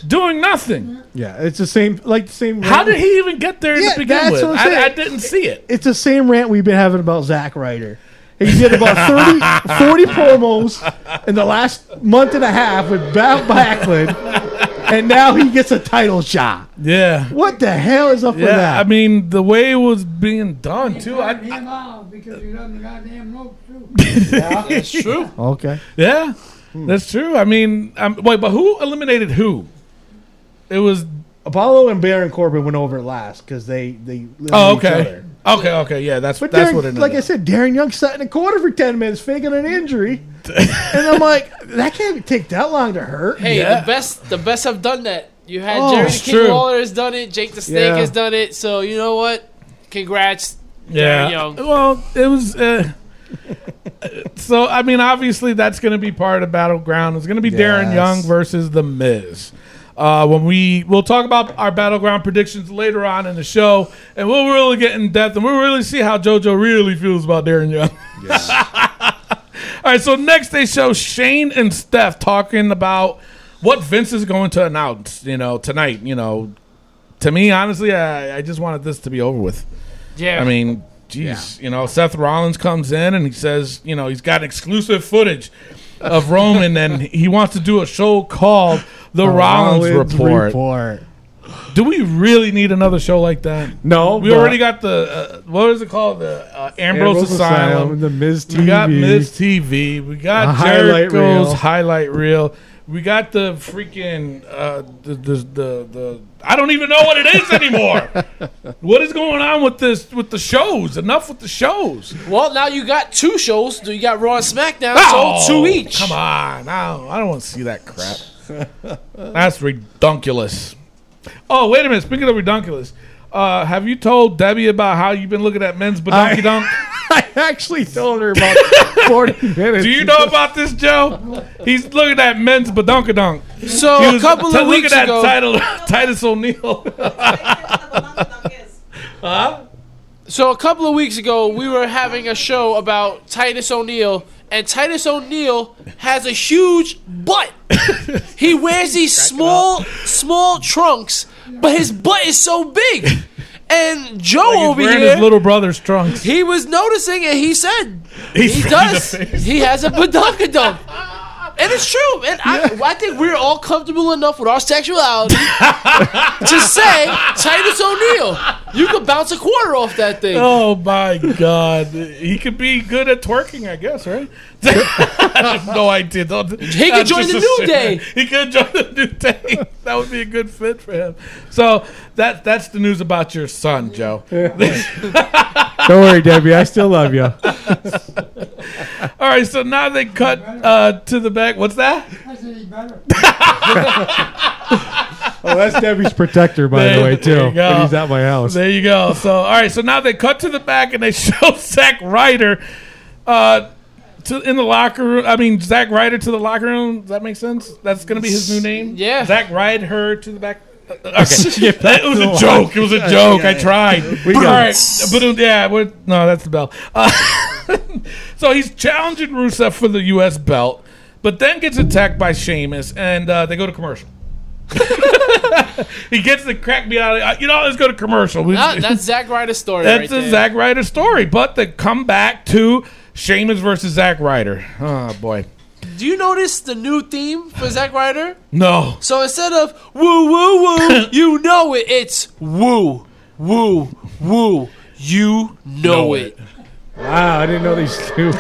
A: doing nothing.
B: Yeah, it's the same, like the same.
A: How
B: rant-
A: did he even get there
B: Yeah,
A: to begin
B: that's
A: with?
B: what I'm saying.
A: I, I didn't see it.
B: It's the same rant we've been having about Zack Ryder. He did about 30, 40 promos in the last month and a half with Bob Backlund, and now he gets a title shot.
A: Yeah.
B: What the hell is up with
A: Yeah,
B: that?
A: I mean the way it was being done too. I,
E: He
A: I-
E: loud because he doesn't goddamn know too.
C: That's true.
B: okay.
A: yeah,
B: Hmm.
A: that's true. I mean, um, wait, but who eliminated who? It was
B: Apollo and Baron Corbin went over it last because they they
A: Oh,
B: each
A: okay.
B: other.
A: Okay, okay, yeah, that's
B: But
A: that's
B: Darren,
A: what it is.
B: like I said, Darren Young sat in a corner for ten minutes faking an injury, and I'm like, that can't take that long to hurt.
C: Hey,
A: Yeah.
C: the best the best have done that. You had
B: Oh,
C: Jerry the
A: it's
C: King
A: true.
C: Lawler has done it. Jake the Snake
B: Yeah.
C: has done it. So you know what? Congrats.
A: yeah.
C: Darren Young.
A: Well, it was. Uh, so I mean, obviously, that's going to be part of battleground. It's going to be Darren
B: Yes.
A: Young versus the Miz. Uh, when we we'll talk about our battleground predictions later on in the show, and we'll really get in depth, and we'll really see how JoJo really feels about Darren Young. All right, so next they show Shane and Steph talking about what Vince is going to announce, you know, tonight. You know, to me, honestly, I, I just wanted this to be over with.
C: Yeah.
A: I mean, geez, you know, Seth Rollins comes in and he says, you know, he's got exclusive footage of Roman and he wants to do a show called The, Rollins, Report. Do we really need another show like that?
B: No,
A: We
B: but-
A: already got the, uh, what is it called? The uh, Ambrose, Asylum.
B: the Miz TV.
A: We got Miz TV. We got
B: A highlight
A: Jericho's
B: reel.
A: highlight reel. We got the freaking uh, the, the the the I don't even know what it is anymore. what is going on with this with the shows? Enough with the shows.
C: well, now you got two shows. You got Raw and SmackDown. so two each.
A: Oh, Come on, I don't, I don't want to see that crap. That's redunculous. Oh wait a minute. Speaking of redunculous, uh, have you told Debbie about how you've been looking at men's badonky dunk?
B: I actually told her about 40 minutes.
A: Do you know about this, Joe? He's looking at men's badonkadonk.
C: So
A: He
C: a
A: was-
C: couple
A: t-
C: of
A: look
C: weeks
A: at
C: ago.
A: that title, Titus O'Neil.
C: So a couple of weeks ago, we were having a show about Titus O'Neil, and Titus O'Neil has a huge butt. he wears these small, small trunks, but his butt is so big. And Joe over
A: Wearing
C: here,
A: his little brother's trunks.
C: he was noticing, and he said,
A: He's
C: "He
A: red in
C: does.
A: the face.
C: He has a badunkadump." And it's true, and I, I think we're all comfortable enough with our sexuality to say Titus O'Neil, you could bounce a quarter off that thing.
A: Oh my god. He could be good at twerking, I guess, right? I have no idea. Don't,
C: He could
A: I'm
C: join
A: just
C: the New
A: assuming.
C: Day.
A: He could join the new day. that would be a good fit for him. So that that's the news about your son, Joe.
B: Don't worry, Debbie. I still love Oh, you.
A: All right, so now they cut uh, to the back. What's that?
E: I said he better.
B: Oh, that's Debbie's protector, by
A: There-
B: the way,
A: there you
B: too.
A: go.
B: When he's at my house.
A: There you go. So all right, so now they cut to the back and they show Zach Ryder uh, to in the locker room. I mean Zach Ryder to the locker room. Does that make sense? That's gonna be his new name.
C: Yeah.
A: Zach Ryder her to the back. Okay. that it was a joke. It was a joke. I tried. We
B: got it.
A: But uh, yeah, we no, that's the bell. Uh, so he's challenging Rusev for the U.S. belt, but then gets attacked by Sheamus, and uh, they go to commercial. he gets the crack me out. Of, you know, let's go to commercial. We-
C: That- Ah, that's Zack Ryder's story.
A: that's
C: right
A: a
C: there.
A: Zack Ryder story. But the comeback to Sheamus versus Zack Ryder. Oh boy,
C: Do you notice the new theme for Zack Ryder?
A: no.
C: So instead of woo woo woo, you know it. It's woo woo woo. You know,
A: Know
C: it.
B: Wow, I didn't know these two.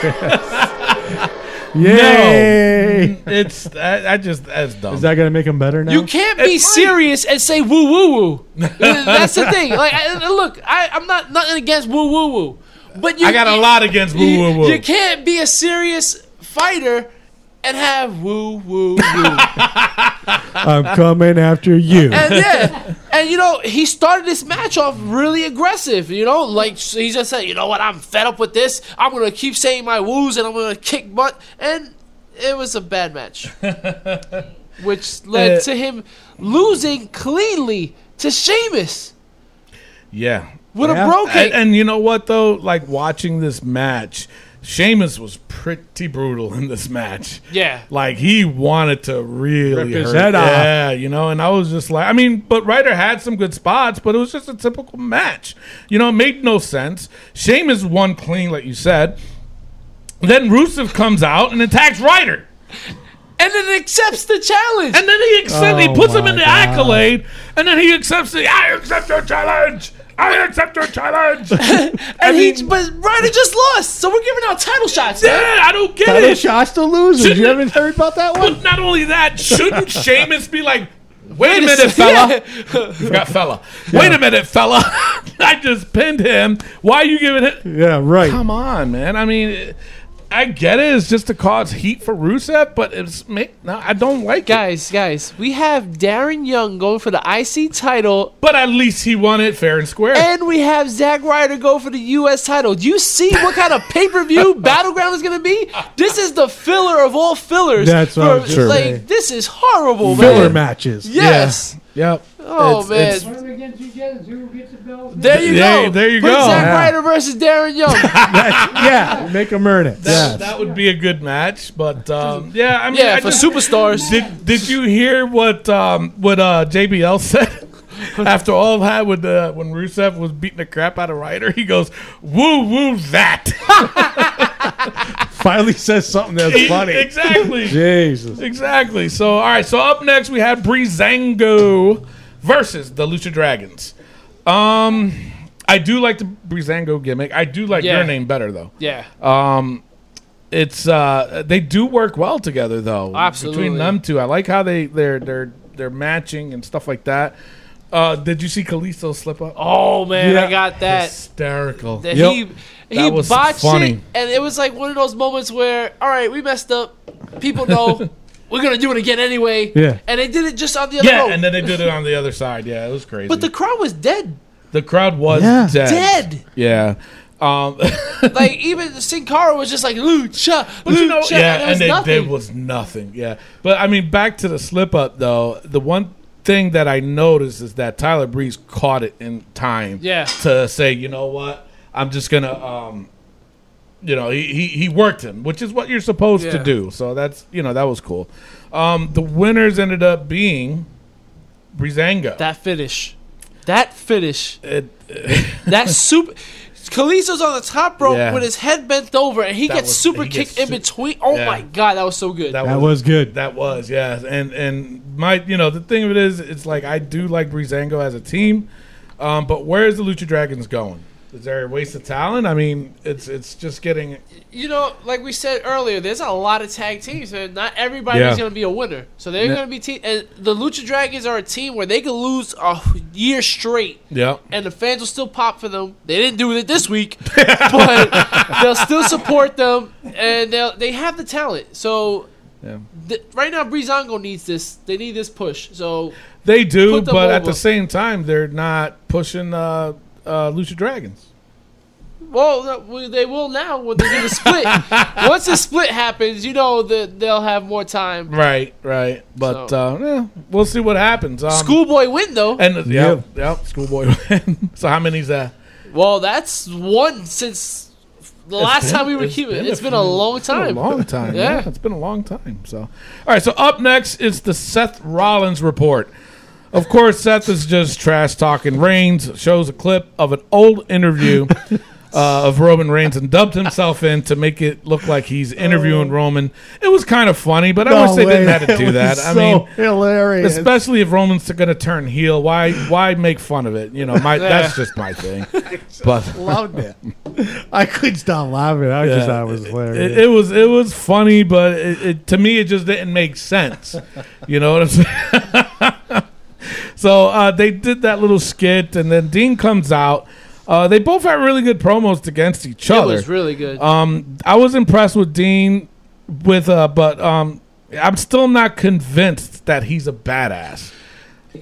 B: Yay!
A: It's I, I just that's dumb.
B: Is that gonna make him better now?
C: You can't be
A: It's funny.
C: serious and say woo woo woo. That's the thing. Like, I, I- look, I, I'm not nothing against woo woo woo, but you
A: I got a
C: you-
A: lot against woo
C: You,
A: woo woo.
C: you can't be a serious fighter and have woo woo woo.
B: I'm coming after you.
C: And yeah, and you know, he started this match off really aggressive. You know, like so he just said, you know what, I'm fed up with this. I'm gonna keep saying my woos and I'm gonna kick butt. And it was a bad match, which led
A: Uh,
C: to him losing cleanly to Sheamus
A: yeah.
C: with
B: Yeah.
C: a broken.
A: And, and you know what though? Like watching this match, Sheamus was pretty brutal in this match.
C: yeah,
A: Like he wanted to really
B: his
A: hurt.
B: head off.
A: Yeah, you know, and I was just like, I mean, but Ryder had some good spots, but it was just a typical match. You know, it made no sense. Sheamus won clean, like you said. Then Rusev comes out and attacks Ryder,
C: and then accepts the challenge.
A: and then he accepts, he
B: Oh
A: puts him in
B: my
A: the
B: God.
A: accolade, and then he accepts the. I accept your challenge. I accept your challenge.
C: and he, but Ryder just lost, so we're giving out title shots. man.
A: yeah, I don't get
B: Title
A: it.
B: shots to losers.
A: Shouldn't-
B: You haven't heard about that one?
A: But not only that, shouldn't Sheamus be like, wait a
C: Wait a
A: minute,
C: sec-
A: fella. You forgot fella. Wait a minute, fella. I just pinned him. Why are you giving it?
B: Yeah, right.
A: Come on, man. I mean, I get it. It's just to cause heat for Rusev, but it's ma- no, I don't like it.
C: Guys, guys, we have Darren Young going for the IC title
A: But at least he won it fair and square.
C: And we have Zack Ryder go for the U.S. title. Do you see what kind of pay per view battleground is going to be? This is the filler of all fillers.
B: That's what I was
C: For-
B: gonna
C: like,
B: say.
C: This is horrible,
B: Filler
C: man.
B: matches.
C: Yes.
A: yep.
C: Oh
A: It's-
C: man.
A: it's-
E: Put them against each other. See who gets the belt.
C: there you
A: There-
C: go.
A: there you
C: Put
A: go.
C: Zack
B: Yeah.
C: Ryder versus Darren Young.
B: Yeah, make him earn it.
A: That,
B: Yes.
A: that would be a good match, but um, yeah, I mean,
C: yeah,
A: I
C: for
A: just-
C: superstars.
A: Did Did you hear what um, what uh, JBL said after all that with uh, when Rusev was beating the crap out of Ryder? He goes, "Woo woo that."
B: Finally says something that's funny.
A: exactly,
B: Jesus.
A: exactly. So all right, so up next we have Breezango versus the Lucha Dragons. Um, I do like the Breezango gimmick. I do like
C: Yeah.
A: your name better though.
C: yeah.
A: Um, it's uh, they do work well together though.
C: Absolutely.
A: between them two, I like how they they're they're they're matching and stuff like that. Uh, did you see Kalisto slip up?
C: Oh man, I
B: Yeah.
C: got that.
A: Hysterical.
C: that
B: Yep.
C: he he
A: That was
C: botched it,
A: funny.
C: and it was like one of those moments where, all right, we messed up. People know we're gonna do it again anyway.
B: Yeah.
C: and they did it just on the other.
A: Yeah,
C: road.
A: and then they did it on the other side. Yeah, it was crazy.
C: but the crowd was dead,
A: the crowd was
B: Yeah.
A: dead.
C: dead.
A: Yeah. Um,
C: like even Sin Cara was just like Lucha,
A: but
C: Lucha,
A: you know, yeah,
C: there
A: and
C: was
A: they
C: nothing.
A: did was nothing. Yeah, but I mean, back to the slip up though. The one thing that I noticed is that Tyler Breeze caught it in time.
C: Yeah.
A: to say, you know what, I'm just gonna, um, you know, he, he he worked him, which is what you're supposed
C: Yeah.
A: to do. So that's you know that was cool. Um, the winners ended up being Breezango.
C: that finish, that finish,
A: It-
C: that super. Kalisto's on the top rope
A: Yeah.
C: with his head bent over, and he
A: That
C: gets
A: was-
C: super
A: he
C: kicked
A: gets
C: in
A: su-
C: between. Oh
A: Yeah.
C: my god, that was so good.
B: That was good.
A: That was yes, and and my you know the thing of it is, it's like I do like Breezango as a team, um, but where is the Lucha Dragons going? Is there a waste of talent? I mean, it's it's just getting.
C: you know, like we said earlier, there's a lot of tag teams, and not everybody's
A: Yeah.
C: going to be a winner. So they're
A: Yeah.
C: going to be team, and the Lucha Dragons are a team where they could lose a year straight,
A: Yeah.
C: and the fans will still pop for them. They didn't do it this week, but they'll still support them, and they they have the talent. So.
A: Yeah.
C: th- right now, Breezango needs this. They need this push. So
A: They do,
C: Put
A: but
C: them
A: at the
C: over.
A: same time, they're not pushing uh, uh, Lucha Dragons.
C: Well, no, well, they will now when they do the split. Once the split happens, you know that they'll have more time.
A: Right, right. But
C: So-
A: uh, yeah, we'll see what happens. Um,
C: Schoolboy win though.
A: and yeah, yeah, schoolboy. so how many's that?
C: well, that's one since the last
A: been-
C: time we were
A: it's
C: keeping.
A: been
C: It's
A: a
C: been a
A: few-
C: long
A: It's been
C: time.
A: a long time. yeah.
C: Yeah.
A: it's been a long time. So, all right. So up next is the Seth Rollins report. Of course, Seth is just trash talking Reigns. Shows a clip of an old interview uh, of Roman Reigns and dubbed himself in to make it look like he's interviewing Roman. It was kind of funny, but I wish they didn't have to do that. I mean,
B: hilarious.
A: especially if Roman's going to turn heel, why why make fun of it? You know, my that's just my thing. But
B: loved it. I couldn't stop laughing. I just thought it was hilarious.
A: It, it was it was funny, but it, it, to me it just didn't make sense. You know what I'm saying? so uh, they did that little skit, and then Dean comes out. Uh, they both had really good promos against each
C: It
A: other.
C: was really good.
A: um, I was impressed with Dean, with uh, but um, I'm still not convinced that he's a badass.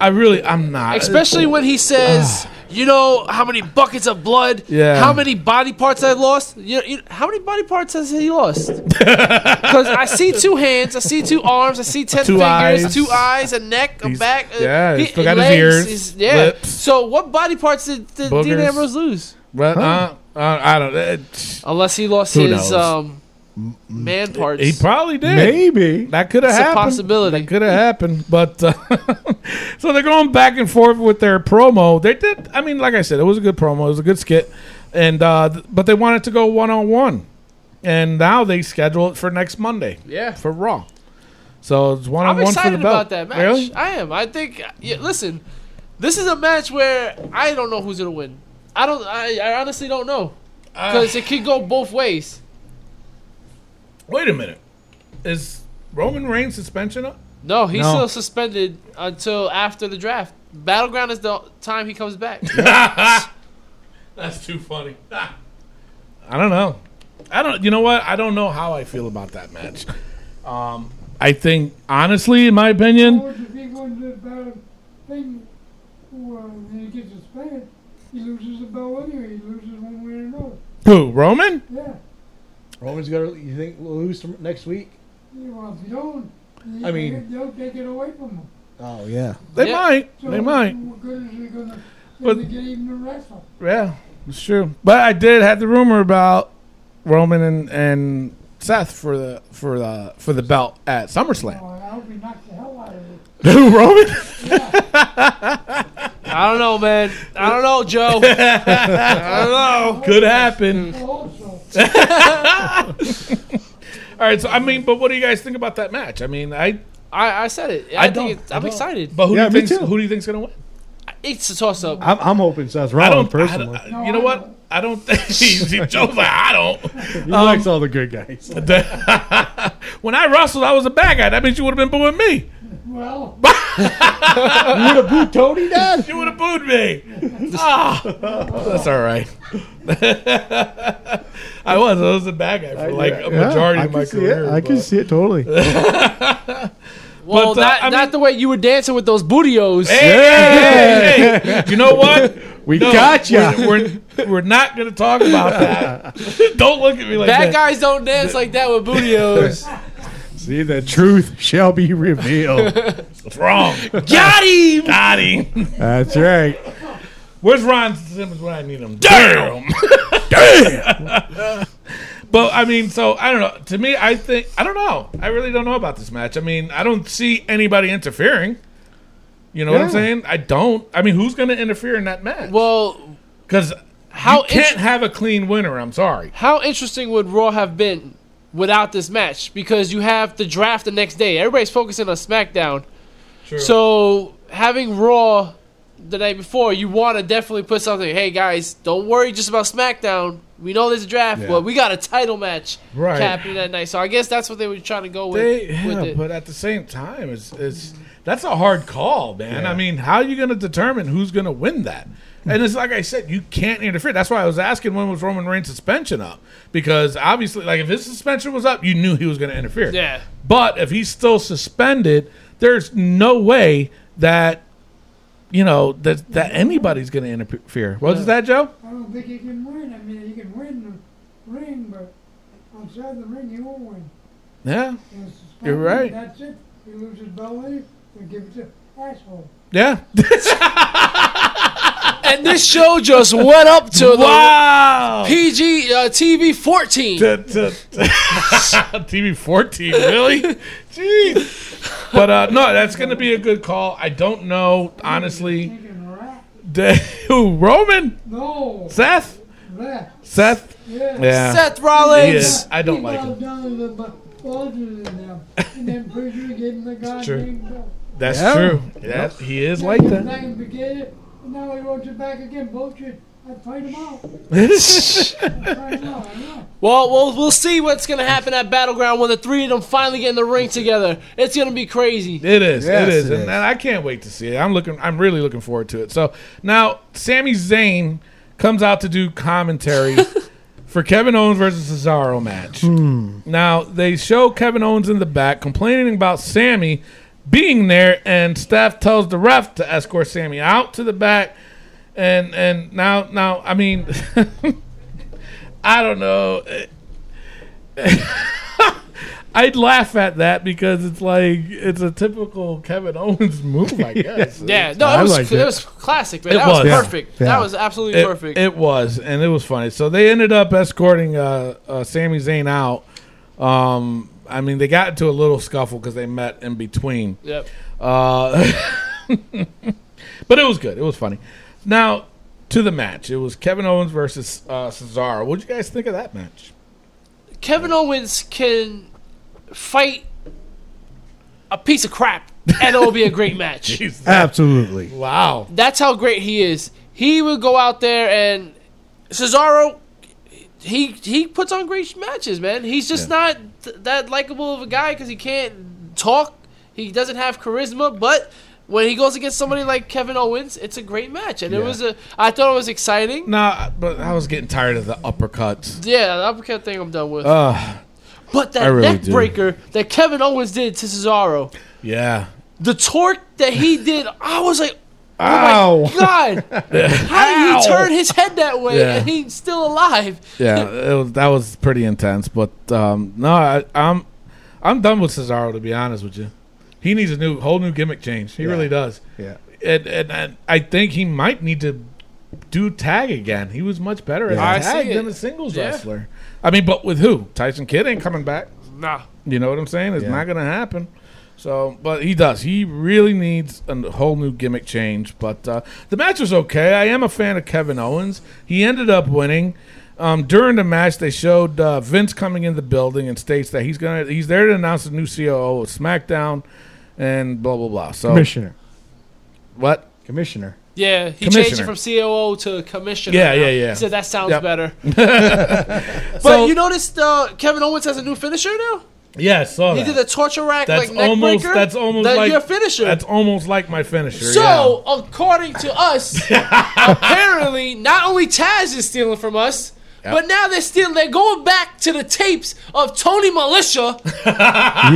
A: I really, I'm not.
C: Especially when he says, "You know how many buckets of blood?
A: uh, Yeah.
C: How many body parts I lost? You, you, how many body parts has he lost? Because I see two hands, I see two arms, I see ten
A: Two
C: fingers,
A: eyes.
C: two eyes, a neck, a
A: He's-
C: back. uh,
A: yeah, he's still got his ears,
C: he's- yeah.
A: lips.
C: So what body parts did, did Dean
A: Boogers.
C: Ambrose lose?
A: But, uh, uh, I don't. It,
C: Unless he lost
A: Who
C: his
A: knows?
C: um, man parts.
A: he probably did.
B: Maybe.
A: That could have
C: It's a
A: happened.
C: possibility.
A: That could have happened. But uh, so they're going back and forth with their promo. They did. I mean, like I said, it was a good promo. It was a good skit. And uh, th- but they wanted to go one on one, and now they schedule it for next Monday
C: yeah.
A: for Raw. So it's one on
C: I'm
A: one for
C: excited
A: the belt.
C: about that match.
A: Really?
C: I am. I think. Yeah, listen, this is a match where I don't know who's gonna win. I don't. I, I honestly don't know
A: Ah.
C: because it could go both ways.
A: Wait a minute. Is Roman Reigns suspension up?
C: No, he's
A: No.
C: still suspended until after the draft. Battleground is the time he comes back.
A: That's too funny. I don't know. I don't. You know what? I don't know how I feel about that match. Um, I think, honestly, in my opinion,
E: If he goes to the bad thing, well, then he gets suspended. He loses the belt anyway. He loses one way or another.
A: who Roman?
E: Yeah.
B: Roman's gonna you think lose from next week?
E: He wants it on.
B: I mean-
E: they'll take it away from him.
B: Oh yeah.
A: They
C: Yeah.
A: might.
E: So
A: They might.
E: What good is it gonna?
A: But-
E: But get even to wrestle.
A: Yeah, it's true. But I did have the rumor about Roman and, and Seth for the for the for the belt at
E: Oh,
A: SummerSlam.
E: I hope he knocks the hell out of it.
A: Who Roman?
C: I don't know, man. I don't know, Joe. I don't know.
A: Could happen.
E: Also,
A: All right. So I mean, but what do you guys think about that match? I mean, I
C: I, I said it. I,
A: I
C: think
A: don't-
C: It's, I'm excited.
A: but who
B: Yeah,
A: do
B: me
A: you think
B: too.
A: who do you think's gonna win?
C: It's a toss up.
B: I'm, I'm hoping Seth
A: I
B: Rollins
A: don't
B: personally.
A: personally. you know what? I don't think Joe's like, I
B: he
A: don't.
B: likes all the good guys.
A: when I wrestled, I was a bad guy. That means you would have been booing me.
E: well,
B: Uh, you would have booed Tony, Dad.
A: You would have booed me. Ah, that's all right. I was. I was a bad guy for like a majority of my career.
B: I can
A: but-
B: see it totally.
C: Well,
A: but, uh,
C: not,
A: I mean-
C: not the way you were dancing with those bootios.
A: Hey, hey, hey, hey, hey. You know what?
B: We
A: No,
B: got you.
A: We're, we're, we're not going to talk about that. don't look at me like
C: Bad
A: that.
C: guys don't dance like that with bootios.
B: See, the truth shall be revealed.
A: It's wrong. Got him. Got him.
B: That's right.
A: Where's Ron Simmons when I need him? Damn. But I mean, so I don't know. To me, I think I don't know. I really don't know about this match. I mean, I don't see anybody interfering. You know what I'm
B: Yeah.
A: saying? I don't. I mean, who's going to interfere in that match?
C: well,
A: because
C: how
A: you can't
C: int-
A: have a clean winner. I'm sorry.
C: how interesting would Raw have been without this match? Because you have the draft the next day. Everybody's focusing on SmackDown.
A: True.
C: So having Raw the night before, you want to definitely put something. Hey guys, don't worry just about SmackDown. We know there's a draft,
A: Yeah.
C: but we got a title match
A: Right.
C: happening that night. So I guess that's what they were trying to go with.
A: They,
C: with
A: yeah,
C: it.
A: but at the same time, it's it's that's a hard call, man. I mean, how are you going to determine who's going to win that? And it's like I said, you can't interfere. That's why I was asking when was Roman Reigns' suspension up because obviously, like if his suspension was up, you knew he was going to interfere.
C: Yeah.
A: But if he's still suspended, there's no way that you know that that anybody's going to interfere. Was it that Joe?
E: I don't think he can win. I mean, he can win the ring, but outside the ring, he won't win.
A: Yeah.
E: He'll suspend
A: You're
E: him,
A: right.
E: That's it. He loses belly, we give it to asshole.
A: Yeah.
C: and this show just went up to the
A: wow.
C: PG uh, TV 14.
A: to- to- TV 14, really? Jeez. But uh, no, that's going to be a good call. I don't know, honestly.
E: Thinking rat.
A: The- who, Roman?
E: No,
A: Seth?
E: rat.
A: Seth?
E: Yeah.
A: Yeah.
C: Seth Rollins.
A: Yeah, I don't
E: People
A: like him.
E: have done it about older than them, and then pretty soon gave him the uh, goddamn belt.
A: That's
B: Yeah.
A: true. Yeah, he is like
E: And I
A: that.
E: can forget it. And now he wants it back again. Bullshit. I fight him out. Fight him out. I know.
C: Well, well, we'll see what's going to happen at Battleground when the three of them finally get in the ring together. It's going to be crazy.
A: It is.
B: Yes,
A: it is.
B: it
A: and,
B: is.
A: and I can't wait to see it. I'm looking. I'm really looking forward to it. So now, Sami Zayn comes out to do commentary for Kevin Owens versus Cesaro match.
B: Hmm.
A: Now they show Kevin Owens in the back complaining about Sammy being there, and staff tells the ref to escort Sammy out to the back. And and now now I mean, I don't know. I'd laugh at that because it's like it's a typical Kevin Owens move, I guess.
C: Yeah, no,
B: I
C: it was,
B: liked
C: it.
B: it.
C: was classic,
A: It
C: man. that was,
A: was. Yeah.
C: perfect.
B: Yeah.
C: That was absolutely
A: it,
C: perfect.
A: It was, and it was funny. So they ended up escorting uh, uh, Sami Zayn out. Um, I mean, they got into a little scuffle because they met in between.
C: yep.
A: Uh, but it was good. It was funny. Now to the match. It was Kevin Owens versus uh, Cesaro. What would you guys think of that match?
C: Kevin Owens can fight a piece of crap, and it'll be a great match.
B: Absolutely.
A: Wow.
C: That's how great he is. He would go out there and Cesaro. He he puts on great matches, man. He's just not th- that likable of a guy because he can't talk. He doesn't have charisma, but when he goes against somebody like Kevin Owens, it's a great match, and it
A: Yeah.
C: was a. I thought it was exciting.
A: Nah, but I was getting tired of the uppercuts.
C: Yeah, the uppercut thing I'm done with.
A: Uh,
C: but
A: I
C: that
A: really
C: neck
A: do.
C: breaker that Kevin Owens did to Cesaro,
A: yeah.
C: the torque that he did, I was like,
B: Ow.
C: Oh God, how did he
A: Ow.
C: turn his head that way
A: Yeah.
C: and he's still alive?
A: yeah, it was, that was pretty intense. But um, no, I, I'm I'm done with Cesaro to be honest with you. He needs a new whole new gimmick change. He really does.
B: Yeah.
A: And, and and I think he might need to do tag again. He was much better at
C: Yeah. I
A: tag
C: see
A: than
C: it.
A: a singles
C: Yeah.
A: wrestler. I mean, but with who? Tyson Kidd ain't coming back.
C: Nah.
A: You know what I'm saying? It's
B: Yeah.
A: not going to happen. So, but he does. He really needs a n- whole new gimmick change. But uh, the match was okay. I am a fan of Kevin Owens. He ended up winning. Um, during the match, they showed uh, Vince coming in the building and states that he's gonna he's there to announce the new COO of SmackDown and blah blah blah. So
B: Commissioner.
A: what?
B: Commissioner.
C: Yeah, he changed it
A: Commissioner.
C: from COO to commissioner.
A: Yeah, yeah,
C: now.
A: yeah.
C: He said that sounds
A: Yep.
C: better. but
A: So-
C: you noticed uh, Kevin Owens has a new finisher now.
A: Yeah, I saw
C: He
A: that.
C: did a torture rack
A: that's
C: like neck
A: almost
C: breaker.
A: that's almost
C: That-
A: like
C: your finisher.
A: That's almost like my finisher.
C: So, according to us, apparently, not only Taz is stealing from us, but now they're stealing. They're going back to the tapes of Tony Militia taking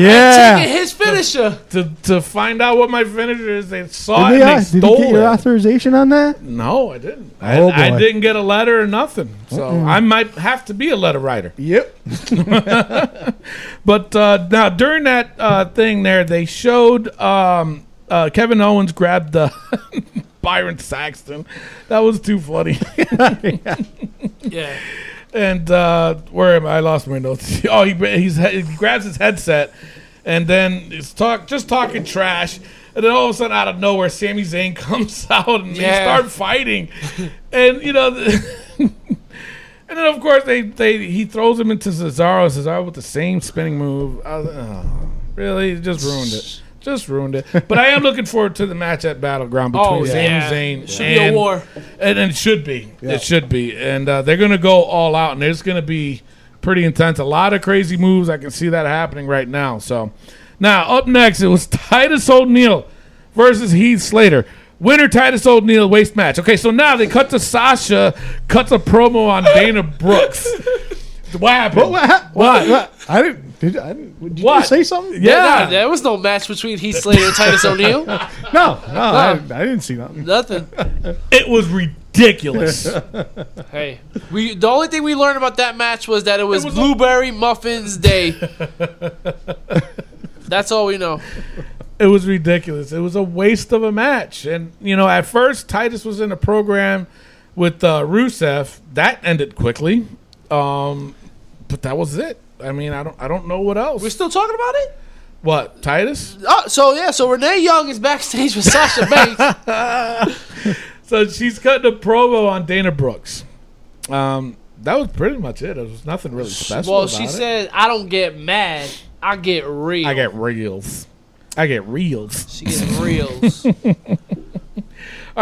B: Yeah.
C: his finisher.
A: yeah. to to find out what my finisher is, they saw
B: Did,
A: it
B: they,
A: and
B: uh,
A: they
B: did you
A: stole
B: get your
A: it.
B: authorization on that?
A: No, I didn't.
B: Oh,
A: I, I
B: boy.
A: didn't get a letter or nothing. So I might have to be a letter writer.
B: Yep.
A: But uh, now during that uh, thing there, they showed um, uh, Kevin Owens grabbed the Byron Saxton. That was too funny.
C: Yeah.
A: and uh, where am I? I lost my notes. Oh, he he's, he grabs his headset, and then is talk just talking trash. And then all of a sudden, out of nowhere, Sami Zayn comes out and
C: Yeah.
A: they start fighting, and you know, the- and then of course they, they he throws him into Cesaro. Cesaro with the same spinning move. I was like, oh, really, it just ruined it. Just ruined it. But I am looking forward to the match at Battleground between
C: Oh,
A: Sami
C: yeah.
A: Zayn
C: Should be a
A: and-
C: war.
A: And, and it should be. It should be. And uh, they're going to go all out, and it's going to be pretty intense. A lot of crazy moves. I can see that happening right now. So now up next, it was Titus O'Neil versus Heath Slater. Winner Titus O'Neil waste match. Okay, so now they cut to Sasha, cuts a promo on Dana Brooks. What happened?
B: Oh, What? What?
A: What?
B: what, what? I didn't. Did, I didn't did you
A: What?
B: just say something?
A: Yeah.
C: Nah, there was no match between Heath Slater and Titus O'Neil.
B: No, no, I, I didn't see nothing.
C: Nothing.
A: It was ridiculous.
C: Hey, we the only thing we learned about that match was that it was,
A: was a-
C: blueberry muffins day. That's all we know.
A: It was ridiculous. It was a waste of a match. And you know, at first Titus was in a program with uh, Rusev. That ended quickly. Um, but that was it. I mean, I don't, I don't know what else.
C: We're still talking about it.
A: what Titus?
C: Oh, so yeah, so Renee Young is backstage with Sasha Banks.
A: So she's cutting a promo on Dana Brooks. Um, that was pretty much it. There was nothing really special.
C: well,
A: about
C: she
A: it.
C: said, "I don't get mad, I get real."
A: "I get reels. I get reels."
C: She gets reels.
A: All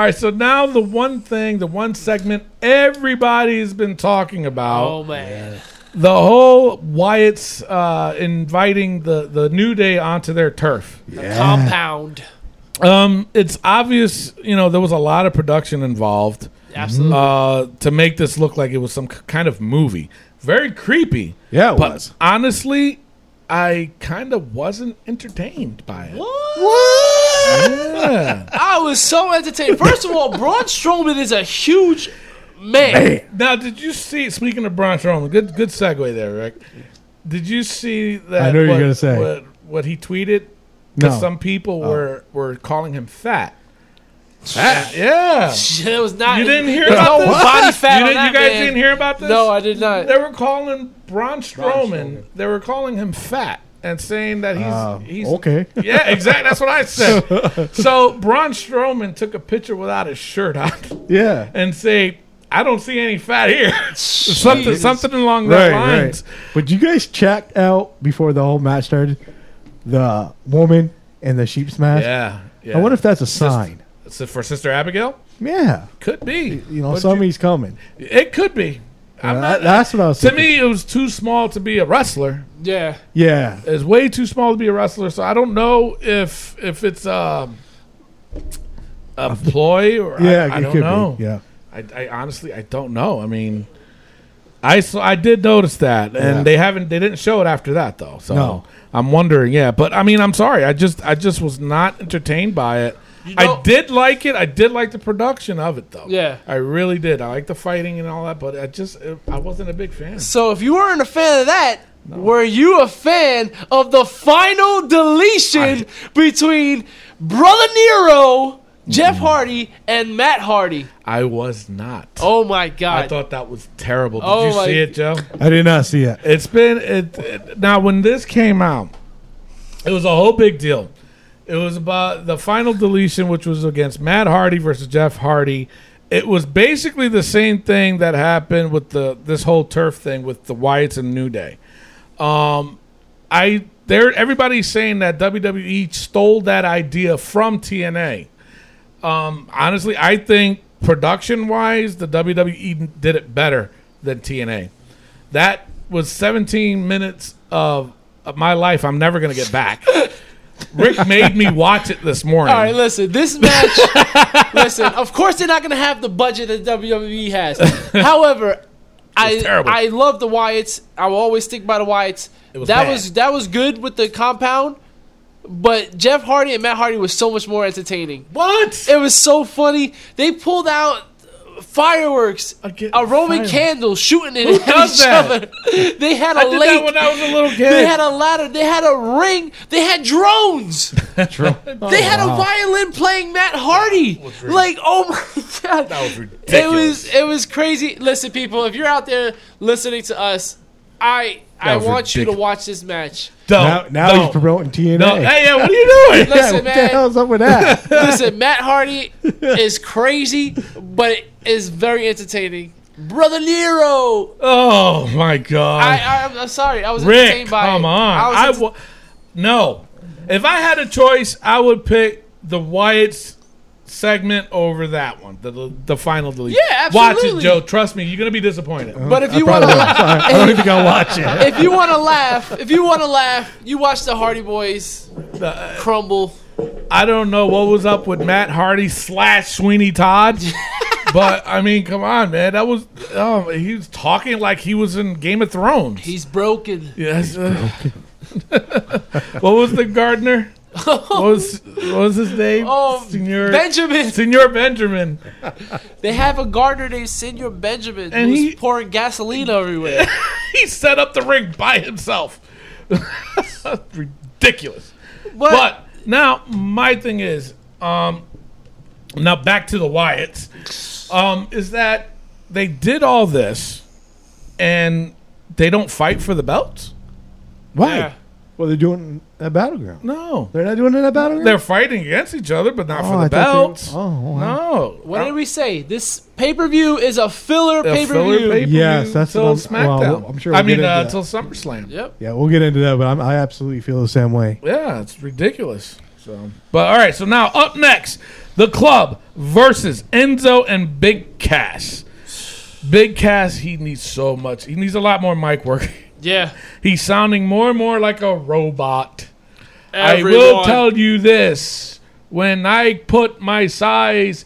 A: right, so now the one thing, the one segment everybody has been talking about.
C: oh man,
A: the whole Wyatt's uh, inviting the the New Day onto their turf.
C: compound.
A: Um, it's obvious, you know, there was a lot of production involved
C: Absolutely.
A: uh, to make this look like it was some k- kind of movie. Very creepy.
B: Yeah, it
A: but
B: was.
A: honestly, I kind of wasn't entertained by it. Yeah.
C: I was so entertained. First of all, Braun Strowman is a huge man.
A: now, did you see? Speaking of Braun Strowman, good good segue there, Rick. Did you see that?
B: I know what you're
A: what-
B: gonna say.
A: what, what he tweeted.
B: No. Oh.
A: Because some people were were calling him fat. Fat? Yeah.
C: It was not.
A: You didn't hear
C: there's
A: about
C: no
A: this?
C: body fat
A: you,
C: on
A: didn't-
C: that
A: you guys
C: man.
A: didn't hear about this?
C: No, I did not.
A: They were calling Braun Strowman.
B: Strowman.
A: They were calling him fat and saying that he's
B: Uh,
A: he's
B: okay.
A: Yeah, exactly. That's what I said. so Braun Strowman took a picture without his shirt on
B: Yeah.
A: and say, "I don't see any fat here." something
C: Jesus.
A: something along
B: Right,
A: those lines.
B: right. But you guys checked out before the whole match started the woman and the sheep smash.
A: Yeah, yeah.
B: I wonder if that's a sign.
A: So for Sister Abigail.
B: yeah.
A: Could be.
B: You know,
A: But
B: somebody's coming.
A: It could be. I'm not,
B: Uh, that- that's what I was
A: to
B: thinking.
A: me, it was too small to be a wrestler.
C: Yeah.
B: Yeah.
A: It's way too small to be a wrestler. So I don't know if if it's um, a ploy or
B: Yeah,
A: I, I
B: it
A: don't
B: could
A: know.
B: be. Yeah.
A: I, I honestly I don't know. I mean, I saw I did notice that, and
B: Yeah.
A: they haven't they didn't show it after that though. So
B: No.
A: I'm wondering. Yeah, but I mean, I'm sorry. I just I just was not entertained by it. I
C: know-
A: did like it. I did like the production of it though.
C: Yeah.
A: I really did. I like the fighting and all that, but I just I wasn't a big fan.
C: So if you weren't a fan of that, were you a fan of the final deletion between Brother Nero, Jeff
A: Mm.
C: Hardy, and Matt Hardy?
A: I was not.
C: Oh my
A: I
C: God!
A: thought that was terrible. Did
C: Oh
A: you
C: my-
A: see it, Joe?
B: I did not see that.
A: It's been it, it- now when this came out, it was a whole big deal. It was about the final deletion, which was against Matt Hardy versus Jeff Hardy. It was basically the same thing that happened with the this whole turf thing with the Wyatts and New Day. Um, I there everybody's saying that WWE stole that idea from TNA. Um, honestly, I think production wise, the WWE did it better than TNA. That was 17 minutes of, of my life I'm never going to get back. Rick made me watch it this morning.
C: All right, listen. This match, listen. Of course, they're not going to have the budget that WWE has. However, I
A: terrible.
C: I love the Wyatts. I will always stick by the Wyatts.
A: was
C: that
A: bad.
C: was that was good with the compound, but Jeff Hardy and Matt Hardy was so much more entertaining.
A: What?
C: It was so funny. They pulled out fireworks,
A: Again,
C: a Roman
A: fireworks.
C: candle shooting it at
A: does
C: each
A: that?
C: other. They had a
A: I did that
C: lake.
A: when I was a little kid.
C: They had a ladder. They had a ring. They had drones. They had a violin playing Matt Hardy. Like, oh my god, that
A: was
C: It was
A: ridiculous.
C: it was crazy. Listen, people, if you're out there listening to us, I I
A: was
C: want you to
A: ridiculous.
C: watch this match.
B: Now,
A: Don't,
B: now
A: don't.
B: he's promoting TNA.
A: Don't. Oh, Hey, yeah, what are you doing?
B: yeah,
C: Listen,
B: what the
C: man.
B: hell's up with that?
C: Listen, Matt Hardy is crazy, but it is very entertaining. Brother Nero,
A: Oh my god.
C: I, I I'm sorry, I was
A: Rick,
C: entertained by
A: come
C: it.
A: on.
C: I was
A: I
C: enter-
A: wa- no. If I had a choice, I would pick the Wyatt's segment over that one, the the, the final deletion.
C: Yeah,
A: Watch
C: absolutely.
A: it, Joe. Trust me, you're gonna be disappointed.
C: But if
B: I
C: you want
B: probably
C: to,
B: will. Sorry. I don't think I'll watch it.
C: if you want to laugh, if you want to laugh, you watch the Hardy Boys
A: uh,
C: crumble.
A: I don't know what was up with Matt Hardy slash Sweeney Todd. But I mean, come on, man. That was um, he was talking like he was in Game of Thrones.
C: He's broken.
A: Yes. uh, what was the gardener? What was what was his name?
C: Oh,
A: Senor
C: Benjamin.
A: Senor Benjamin.
C: They have a gardener named Senor Benjamin
A: And
C: who's
A: he-
C: pouring gasoline everywhere.
A: He set up the ring by himself. Ridiculous.
C: But,
A: But now my thing is, um, now back to the Wyatts, um, is that they did all this, and they don't fight for the belts.
B: Why?
C: Yeah.
B: Well, they're doing a battleground.
A: No,
B: They're not doing it at battleground.
A: they're fighting against each other, but not
B: Oh,
A: for
B: I
A: the
B: thought they-
A: belts.
B: oh, wow.
A: no.
C: what did we say? This pay per view is a filler
A: A
C: pay per
A: filler
C: view.
A: pay-per-view
B: Yes, that's
A: till
B: what I'm- well,
A: SmackDown.
B: I'm sure
A: I
B: we'll
A: mean,
B: get into
A: uh,
B: that.
A: till SummerSlam.
C: Yep.
B: Yeah, we'll get into that, but I'm, I absolutely feel the same way.
A: Yeah, it's ridiculous. So, but all right. So now up next, the club versus Enzo and Big Cass. Big Cass, he needs so much. He needs a lot more mic work.
C: Yeah.
A: He's sounding more and more like a robot. I will
C: Everyone.
A: tell you this: when I put my size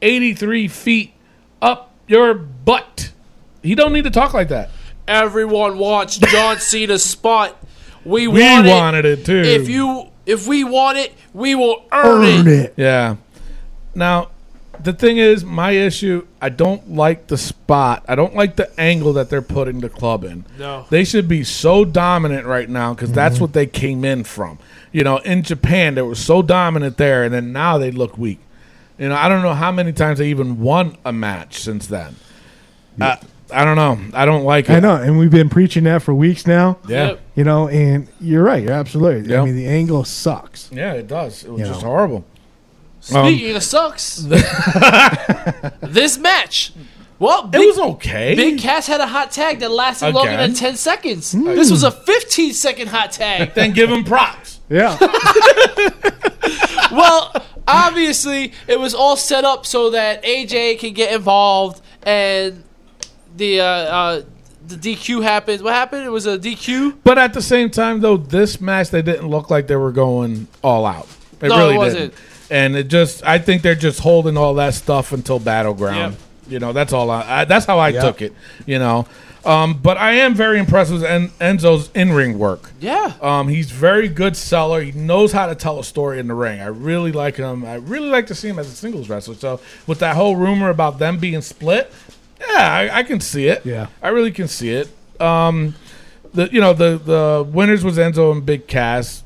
A: eighty-three feet up your butt, he don't need to talk like that.
C: Everyone wants John Cena's spot. We,
A: We
C: want it.
A: wanted it too.
C: If you if we want it, we will earn,
B: Earn it.
A: Yeah. Now, the thing is, my issue, I don't like the spot. I don't like the angle that they're putting the club in.
C: No.
A: They should be so dominant right now because
B: Mm-hmm.
A: that's what they came in from. You know, in Japan, they were so dominant there, and then now they look weak. You know, I don't know how many times they even won a match since then. I, I don't know. I don't like it.
B: I know, and we've been preaching that for weeks now.
A: Yeah.
C: Yep.
B: You know, and you're right. You're absolutely.
A: Yeah.
B: I mean, the angle sucks.
A: Yeah, it does. It was
B: You
A: just
B: know.
A: horrible.
C: Speaking of sucks, this match. Well,
A: It
C: Big,
A: was okay.
C: Big Cass had a hot tag that lasted longer
A: Again.
C: than 10 seconds. This was a 15 second hot tag.
A: then give him props.
B: Yeah.
C: well, obviously, it was all set up so that AJ can get involved and the uh, uh, the DQ happens. What happened? It was a DQ.
A: But at the same time, though, this match they didn't look like they were going all out. They
C: No, it
A: really
C: wasn't.
A: didn't. And it just, I think they're just holding all that stuff until battleground.
C: Yep.
A: You know, that's all. I, I that's how I took it. You know, um, but I am very impressed with en- Enzo's in ring work.
C: Yeah.
A: Um, he's very good seller. He knows how to tell a story in the ring. I really like him. I really like to see him as a singles wrestler. So with that whole rumor about them being split, yeah, I, I can see it.
B: Yeah.
A: I really can see it. Um, the you know the the winners was Enzo and Big Cass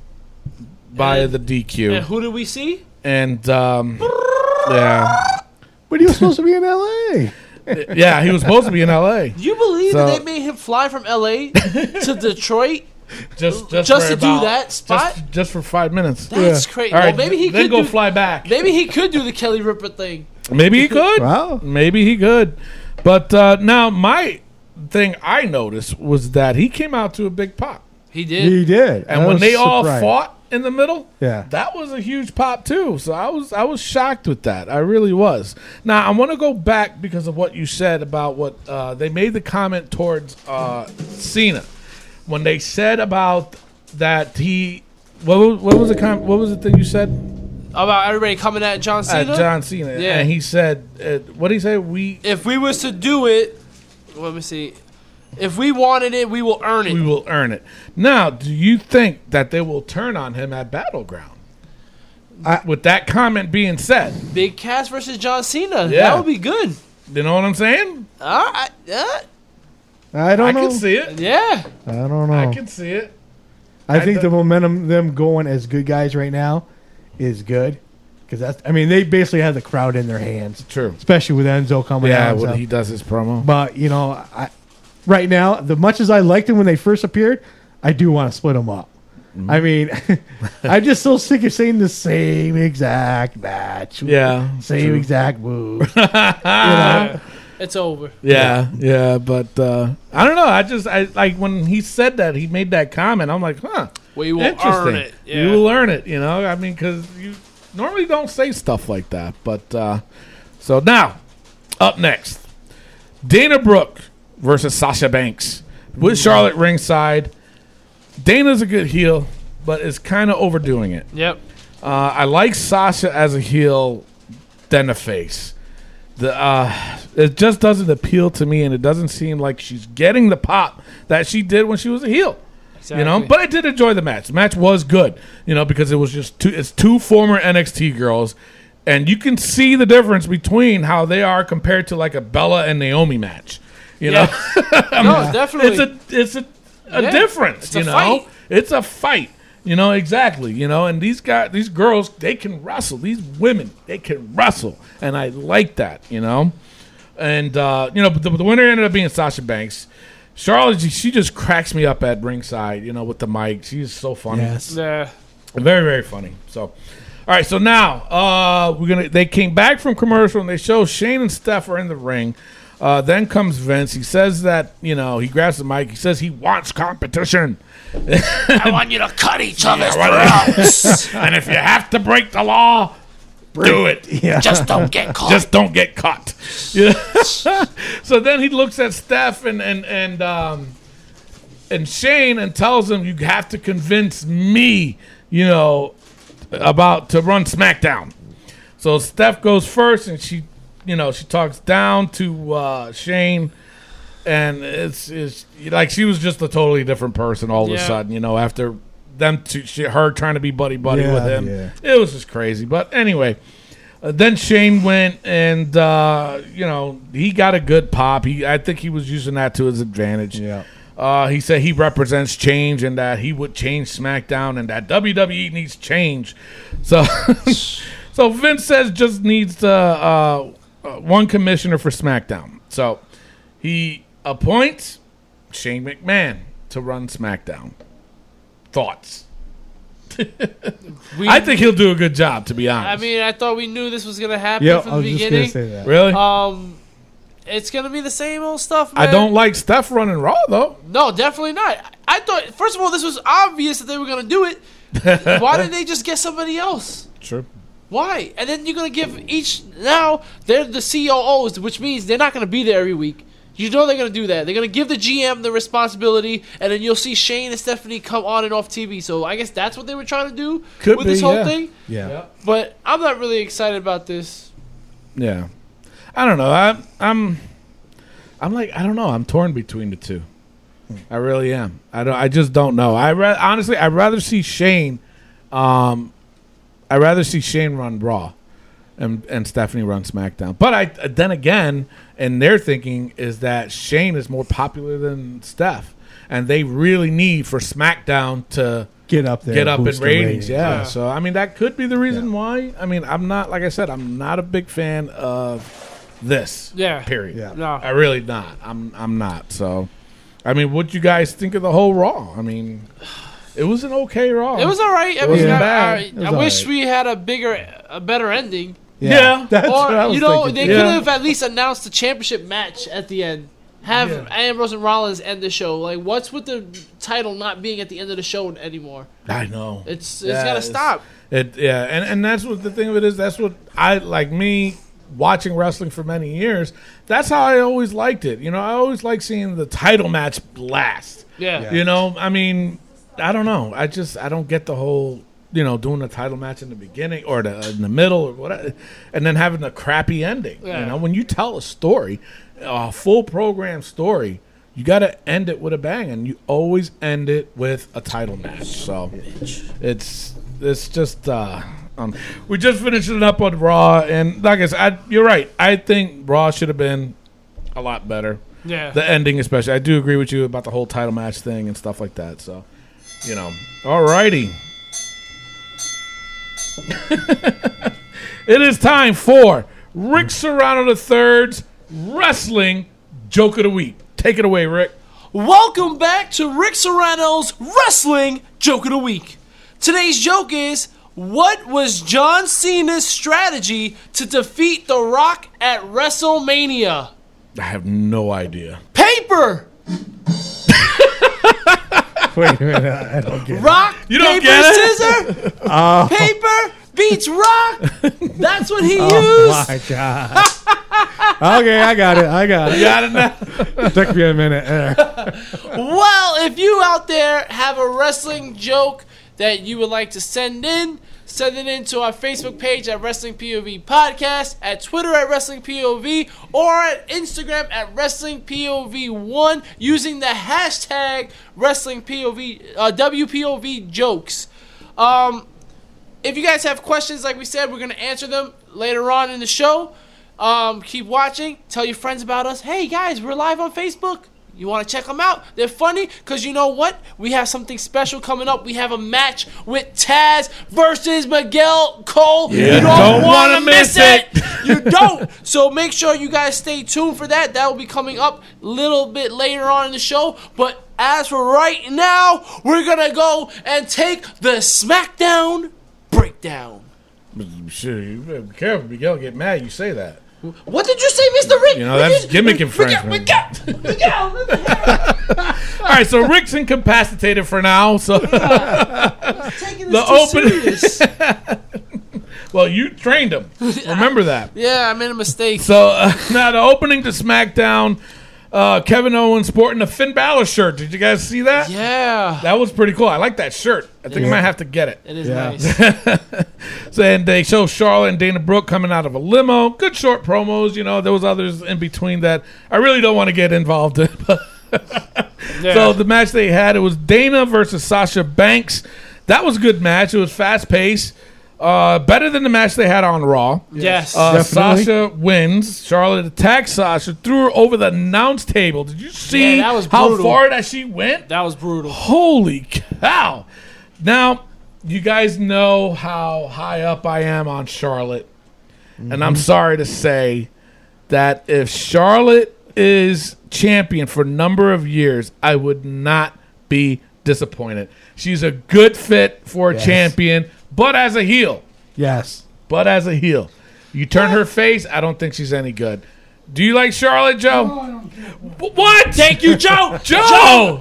A: via the DQ
C: And who did we see?
A: and um, yeah
B: but he was supposed to be in L.A.
A: yeah he was supposed to be in L.A.
C: Do you believe
A: So-
C: that they made him fly from LA to Detroit?
A: just
C: Just
A: for
C: to do that
A: just-
C: spot?
A: just, for five minutes.
C: That's
B: Yeah.
C: crazy.
A: All right,
C: well, maybe he
A: then
C: could
A: go
C: do,
A: fly back.
C: Maybe he could do the Kelly Ripa thing.
A: Maybe he could.
B: Wow.
A: Maybe he could. But uh, now my thing I noticed was that he came out to a big pop.
C: He did.
B: He did.
A: And
B: I
A: when
B: was
A: they all
B: surprised.
A: fought in the middle,
B: Yeah.
A: that was a huge pop too. So I was I was shocked with that. I really was. Now I want to go back because of what you said about what uh, they made the comment towards uh, Cena when they said about that he what was, what was the com- what was the thing you said
C: About everybody coming at John
A: at
C: Cena.
A: John Cena
C: Yeah.
A: and he said uh, what did he say we
C: If we was to do it, let me see. If we wanted it, we will earn it.
A: we will earn it. Now, do you think that they will turn on him at Battleground?
B: I-
A: With that comment being said,
C: Big Cass versus John Cena.
A: Yeah.
C: That would be good.
A: you know what I'm saying?
C: All right. Uh,
B: I don't
A: I
B: know.
A: can see it.
C: yeah.
B: I don't know.
A: I can see it.
B: I
A: I
B: think
A: don't-
B: the momentum them going as good guys right now is good because that's. I mean, they basically have the crowd in their hands,
A: True.
B: especially with Enzo coming
A: Yeah,
B: out.
A: when
B: so.
A: he does his promo.
B: But you know, I right now, the much as I liked him when they first appeared, I do want to split them up.
C: Mm-hmm.
B: I mean, I'm just so sick of saying the same exact match.
A: Yeah,
B: same
A: true.
B: exact move.
C: It's over.
A: Yeah, yeah, but uh, I don't know. I just I like when he said that he made that comment. I'm like, huh?
C: Well, you will
A: interesting.
C: earn it. Yeah.
A: You will learn it. You know, I mean, because you normally don't say stuff like that. But uh, so now, up next, Dana Brooke versus Sasha Banks with Charlotte ringside. Dana's a good heel, but is kind of overdoing it.
C: Yep.
A: Uh, I like Sasha as a heel than a face. The uh, it just doesn't appeal to me, and it doesn't seem like she's getting the pop that she did when she was a heel. You know,
C: Exactly.
A: but I did enjoy the match. The match was good. You know, because it was just two. It's two former NXT girls, and you can see the difference between how they are compared to like a Bella and Naomi match. You
C: Yeah.
A: know,
C: No, definitely.
A: Um, it's a it's a, a
C: Yeah,
A: difference.
C: it's a
A: you know,
C: fight.
A: it's a fight. You know exactly. You know, and these guys, these girls, they can wrestle. These women, they can wrestle, and I like that. You know, and uh, you know, but the, the winner ended up being Sasha Banks. Charlotte, she- she just cracks me up at ringside. You know, with the mic, she's so funny.
B: Yes.
C: Nah.
A: Very, very funny. So, all right. So now uh, we're gonna. They came back from commercial and they show Shane and Steph are in the ring. Uh, then comes Vince. He says that you know he grabs the mic. He says he wants competition,
C: I want you to cut each other's throats.
A: and if you have to break the law, do it.
B: Yeah.
C: Just don't get caught.
A: Just don't get caught. Yeah. so then he looks at Steph and and and um, and Shane and tells him you have to convince me, you know, about to run SmackDown. So Steph goes first, and she, you know, she talks down to uh, Shane, and it's it's like she was just a totally different person all of a
C: Yeah.
A: sudden, you know, after them two, she, her trying to be buddy buddy
B: Yeah,
A: with him.
B: yeah.
A: It was just crazy. But anyway, uh, then Shane went, and uh, you know, he got a good pop. He, I think he was using that to his advantage.
B: Yeah.
A: Uh, he said he represents change and that he would change SmackDown and that WWE needs change. So, so Vince says just needs uh, uh, uh, one commissioner for SmackDown. So he appoints Shane McMahon to run SmackDown. Thoughts?
C: We-
A: I think he'll do a good job, to be
C: I
A: honest.
C: mean, I thought we knew this was gonna happen
B: Yep. I
C: from
B: was
C: the
B: just gonna
C: beginning.
B: say that.
A: really,
C: Um, it's gonna be the same old stuff. Man.
A: I don't like Steph running Raw though.
C: No, definitely not. I thought first of all this was obvious that they were gonna do it. Why didn't they just get somebody else?
A: True.
C: Why? And then you're gonna give each now they're the COOs, which means they're not gonna be there every week. You know they're gonna do that. They're gonna give the GM the responsibility, and then you'll see Shane and Stephanie come on and off TV. So I guess that's what they were trying to do
A: Could
C: with
A: be,
C: this whole
A: yeah.
C: thing.
B: Yeah.
C: But I'm not really excited about this.
A: Yeah, I don't know. I, I'm, I'm like I don't know. I'm torn between the two. I really am. I don't. I just don't know. I ra- honestly, I'd rather see Shane. Um, I'd rather see Shane run Raw, and and Stephanie run SmackDown. But I then again, and their thinking is that Shane is more popular than Steph, and they really need for SmackDown to
B: Get up there.
A: get up in
B: boost
A: ratings.
B: the
A: Yeah.
C: Yeah.
A: So I mean, that could be the reason
B: Yeah.
A: why. I mean, I'm not like I said, I'm not a big fan of this.
C: Yeah.
A: Period.
B: Yeah.
C: No.
A: I really not. I'm I'm not. So, I mean, what you guys think of the whole Raw? I mean, it was an okay Raw.
C: It was all right. I mean,
A: wasn't
C: I,
A: bad.
C: I-
A: It
B: was
C: I
B: all
C: wish
B: right.
C: we had a bigger, a better ending.
A: Yeah.
B: That's
C: or
B: what I was
C: you know,
B: thinking.
C: they
B: too.
A: Yeah.
C: could have at least announced the championship match at the end. Have Ambrose and Rollins end the show. Like, what's with the title not being at the end of the show anymore?
A: I know.
C: It's it's
A: Yeah,
C: gotta
A: it's-
C: stop.
A: It yeah, and and that's what the thing of it is. That's what I like me watching wrestling for many years. That's how I always liked it. You know, I always like seeing the title match last.
C: Yeah.
B: Yeah.
A: You know, I mean, I don't know. I just I don't get the whole you know doing the title match in the beginning or the in the middle or what, and then having a crappy ending.
C: Yeah.
A: You know, when you tell a story, a full program story. You got to end it with a bang, and you always end it with a title match. So, it's it's just uh um, we just finished it up on Raw, and like I said, I, you're right. I think Raw should have been a lot better.
C: Yeah.
A: The ending, especially, I do agree with you about the whole title match thing and stuff like that. So, you know, alrighty. it is time for Rick Serrano III's wrestling joke of the week. Take it away, Rick.
C: Welcome back to Rick Serrano's Wrestling Joke of the Week. Today's joke is what was John Cena's strategy to defeat The Rock at WrestleMania?
A: I have no idea.
C: Paper!
B: Wait a minute. I don't get it. Oh,
C: Rock,
A: You don't
C: paper,
A: get it?
C: scissor, paper beats rock. That's what he
B: Oh
C: used.
B: my god. okay, I got it. I got it.
A: Got it now.
B: Took me a minute. there.
C: Well, if you out there have a wrestling joke that you would like to send in, send it in to our Facebook page at Wrestling POV Podcast, at Twitter at Wrestling POV, or at Instagram at Wrestling POV1 using the hashtag Wrestling POV, uh, WPOV Jokes. Um, if you guys have questions, like we said, we're gonna answer them later on in the show. Um, keep watching. Tell your friends about us. Hey guys, we're live on Facebook. You want to check them out? They're funny because you know what? We have something special coming up. We have a match with Taz versus Miguel Cole. You don't,
A: Don't
C: want
A: wanna
C: to
A: miss
C: miss it.
A: it.
C: you don't. So make sure you guys stay tuned for that. That will be coming up a little bit later on in the show. But as for right now, we're going to go and take the SmackDown breakdown.
A: Sure, you better be careful. Miguel get mad. You say that.
C: What did you say, Mr. Rick?
A: You know, that's gimmick in
C: Miguel,
A: French, man.
C: Miguel, Miguel, Miguel,
A: All right, so Rick's incapacitated for now. So,
C: taking this
A: The
C: too
A: open-
C: serious.
A: well, you trained him. Remember that.
C: yeah, I made a mistake.
A: So uh, now the opening to SmackDown, uh, Kevin Owens sporting a Finn Balor shirt. Did you guys see that?
C: Yeah,
A: That was pretty cool. I like that shirt. I think I might have to get it.
C: it is
B: Yeah.
C: nice.
A: So, and they show Charlotte and Dana Brooke coming out of a limo. Good short promos. You know, there was others in between that I really don't want to get involved in. So the match they had, it was Dana versus Sasha Banks. That was a good match. It was fast paced. Uh, better than the match they had on Raw.
C: yes.
A: Uh,
B: Definitely.
A: Sasha wins. Charlotte attacks Sasha, threw her over the announce table. Did you see
C: Yeah, that was
A: how
C: brutal.
A: far that she went?
C: that was brutal.
A: Holy cow! Now, you guys know how high up I am on Charlotte, and
C: Mhm.
A: I'm sorry to say that if Charlotte is champion for a number of years, I would not be disappointed. She's a good fit for a
B: Yes.
A: champion, but as a heel
B: Yes.
A: but as a heel. You turn her face, I don't think she's any good. Do you like Charlotte,
E: Oh,
A: Joe?
E: I don't care.
A: W- What?
C: Thank you, Joe.
A: Joe!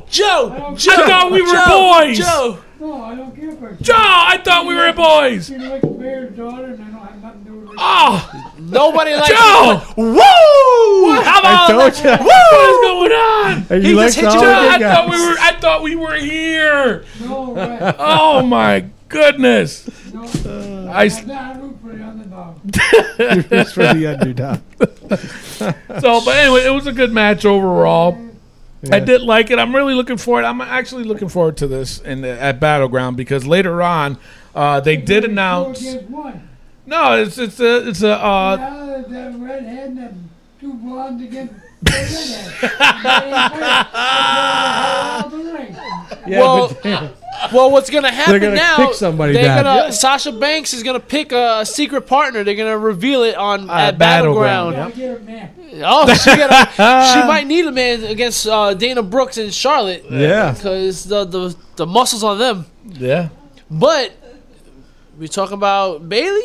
C: Joe,
E: I
C: Joe.
A: thought we were
C: Joe,
A: boys.
C: Joe.
E: No, I don't care about
A: Joe, I thought we were boys.
E: you. You're like the mayor's daughter, and I don't have nothing to do with it.
A: Oh,
C: Nobody likes
A: Joe! Woo! How
B: I
A: about
B: told
A: that?
B: you.
A: Woo! What's going on?
B: Are
C: He
B: you like
C: just hit you
A: Joe,
B: all
A: I
B: good
A: thought we
B: guys?
A: were. I thought we were here.
E: No, right.
A: Oh my goodness!
E: No.
A: I
E: I'm not root for the underdog.
B: Just for the underdog.
A: so, but anyway, it was a good match overall. I did like it. I'm really looking forward. I'm actually looking forward to this in at Battleground because later on uh, they did
E: Two
A: announce.
E: against one.
A: No, it's it's a it's a uh,
E: Now that that redhead and them two blondes against the redhead.
B: Yeah,
C: Well,
B: but damn.
C: Well, what's gonna happen
B: gonna
C: now?
B: pick somebody
C: they're
B: down.
C: gonna
B: Yeah.
C: Sasha Banks is gonna pick a secret partner. They're gonna reveal it on
B: Uh,
C: at
A: Battleground,
C: battleground.
E: I'll get it, man.
C: Oh, she, got a, she might need a man against uh, Dana Brooks and Charlotte.
B: Yeah.
C: because the, the the muscles on them.
A: yeah.
C: But we talking about Bailey.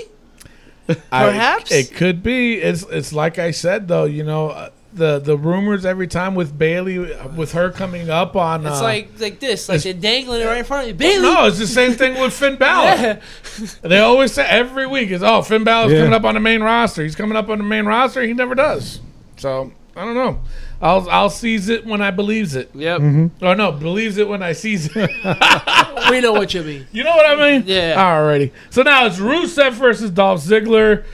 A: I-
C: Perhaps?
A: it could be. It's it's like I said though. You know uh, the the rumors every time with Bailey uh, with her coming up on.
C: It's
A: uh,
C: like like this, like they're dangling it right in front of you, Bailey.
A: No, it's the same thing with Finn Balor.
C: Yeah.
A: They always say every week is oh Finn Balor's
B: Yeah.
A: coming up on the main roster. He's coming up on the main roster. He never does. So I don't know. I'll I'll seize it when I believes it.
C: Yep,
B: Mm-hmm.
A: Oh no, believes it when I sees it.
C: we know what you mean.
A: you know what I mean?
C: Yeah.
A: Alrighty. So now it's Rusev versus Dolph Ziggler.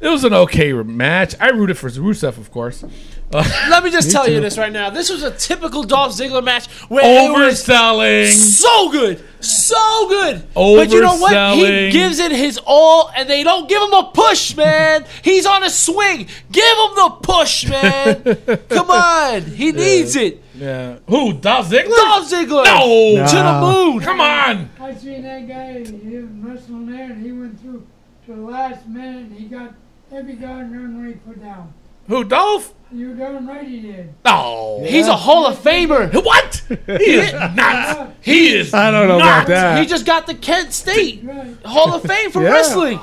A: It was an okay match. I rooted for Rusev, of course.
C: Let me just tell you this right now. This was a typical Dolph Ziggler match where it was
A: Overselling.
C: so good, so good. But you know what? He
A: Overselling.
C: gives it his all, and they don't give him a push, man. He's on a swing. Give him the push, man. Come on, he needs it.
A: Yeah. Who? Dolph Ziggler?
C: Dolph Ziggler
A: No.
C: to the
B: Nah.
C: moon.
A: Come on.
E: I seen that guy, he was wrestling there, and he went through to the last minute, and he got every goddamn ring put down.
A: Who? Dolph?
E: You darn right he did.
A: No.
C: He's a Hall of Famer.
A: What? He is not. He is.
B: I don't know about
A: not.
B: that.
C: He just got the Kent State
E: Right.
C: Hall of Fame for
B: Yeah.
C: wrestling.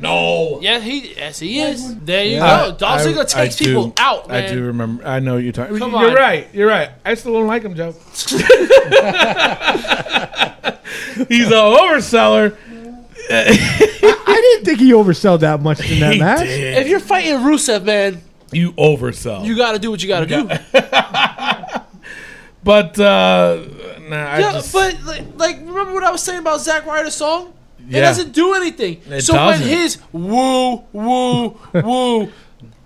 A: No.
C: Yeah, he yes he is. There you
A: I-
C: go. Dolph
A: I-
C: Ziggler
A: I
C: takes people
A: do-
C: out, man.
A: I do remember. I know what you're talking.
C: Come
A: you're
C: on.
A: right. You're right. I still don't like him, Joe. He's a overseller.
B: I didn't think he oversold that much in that
A: He
B: match.
A: did.
C: If you're fighting Rusev, man,
A: You oversell.
C: you got to do what you got to do.
A: but uh, nah, I
C: Yeah,
A: just,
C: but like, like, remember what I was saying about Zack Ryder's song? It
A: Yeah.
C: doesn't do anything.
A: It
C: so
A: doesn't.
C: when his woo woo woo,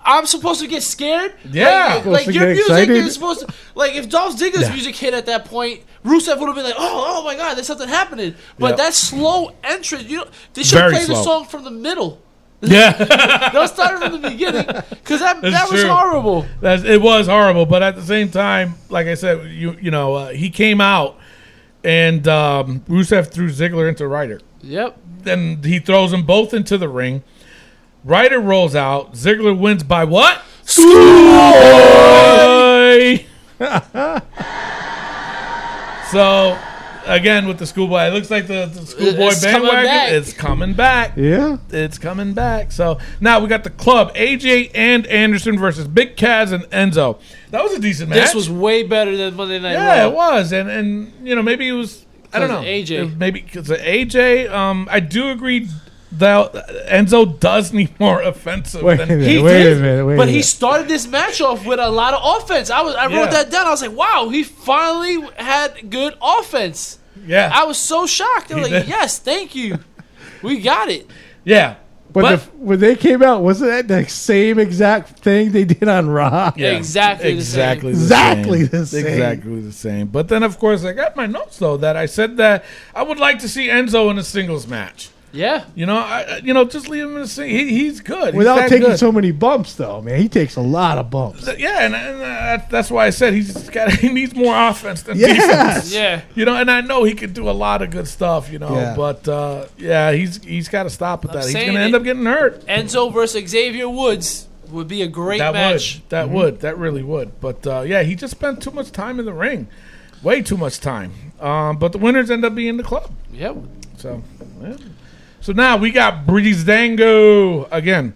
C: I'm supposed to get scared.
A: Yeah.
C: like, like,
B: Supposed to
C: your
B: get
C: music, you're
B: excited.
C: supposed to like if Dolph Ziggler's
A: Yeah.
C: music hit at that point, Rusev would have been like, oh oh my god, there's something happening. But
A: Yeah.
C: that slow entrance, you know, they should have
A: Very
C: played the
A: slow.
C: song from the middle.
A: yeah,
C: Don't start it from the beginning because that
A: That's
C: that was
A: true.
C: horrible.
A: that's, it was horrible. But at the same time, like I said, you you know, uh, he came out and um, Rusev threw Ziggler into Ryder.
C: Yep.
A: Then he throws them both into the ring. Ryder rolls out. Ziggler wins by what? Schoolboy. so again with the schoolboy, it looks like the, the schoolboy
C: It's coming back.
A: bandwagon is coming back.
B: Yeah.
A: It's coming back. So now we got the club AJ and Anderson versus Big Kaz and Enzo. That was a decent match.
C: This was way better than Monday Night
A: yeah,
C: Raw.
A: it was, and and you know maybe it was I don't
C: 'Cause
A: know
C: AJ.
A: It- maybe because AJ. Um, I do agree that Enzo does need more offensive.
B: Wait a
A: than
B: minute.
A: he
B: wait
A: did.
B: a minute. Wait a
C: But he
B: minute.
C: started this match off with a lot of offense. I was I
A: Yeah.
C: wrote that down. I was like, wow, he finally had good offense.
A: Yeah,
C: I was so shocked. I was
A: He
C: like,
A: did.
C: yes, thank you. We got it.
A: yeah,
B: But,
A: but-
B: the, when they came out, wasn't that the same exact thing they did on Raw?
A: yeah.
C: Exactly the same.
A: exactly, the
B: Exactly
A: same.
B: the same.
A: exactly the same. But then of course I got my notes though that I said that I would like to see Enzo in a singles match.
C: Yeah.
A: You know, I, I- you know, just leave him in the sing. He, he's good. He's
B: Without
A: that
B: taking
A: good.
B: so many bumps, though, man, he takes a lot of bumps.
A: yeah, and, and uh, that- that's why I said he's got he needs more offense than defense.
B: Yes.
C: Yeah.
A: You know, and I know he could do a lot of good stuff. You know,
B: Yeah.
A: but uh, yeah, he's he's got to stop with that. He's
C: saying
A: going to
C: it-
A: end up getting hurt.
C: Enzo versus Xavier Woods would be a great
A: That
C: match.
A: would that
B: Mm-hmm.
A: would that really would. But uh, yeah, he just spent too much time in the ring, way too much time. Um, but the winners end up being the club.
C: Yep.
A: So, yeah. so now we got Breeze Dango again,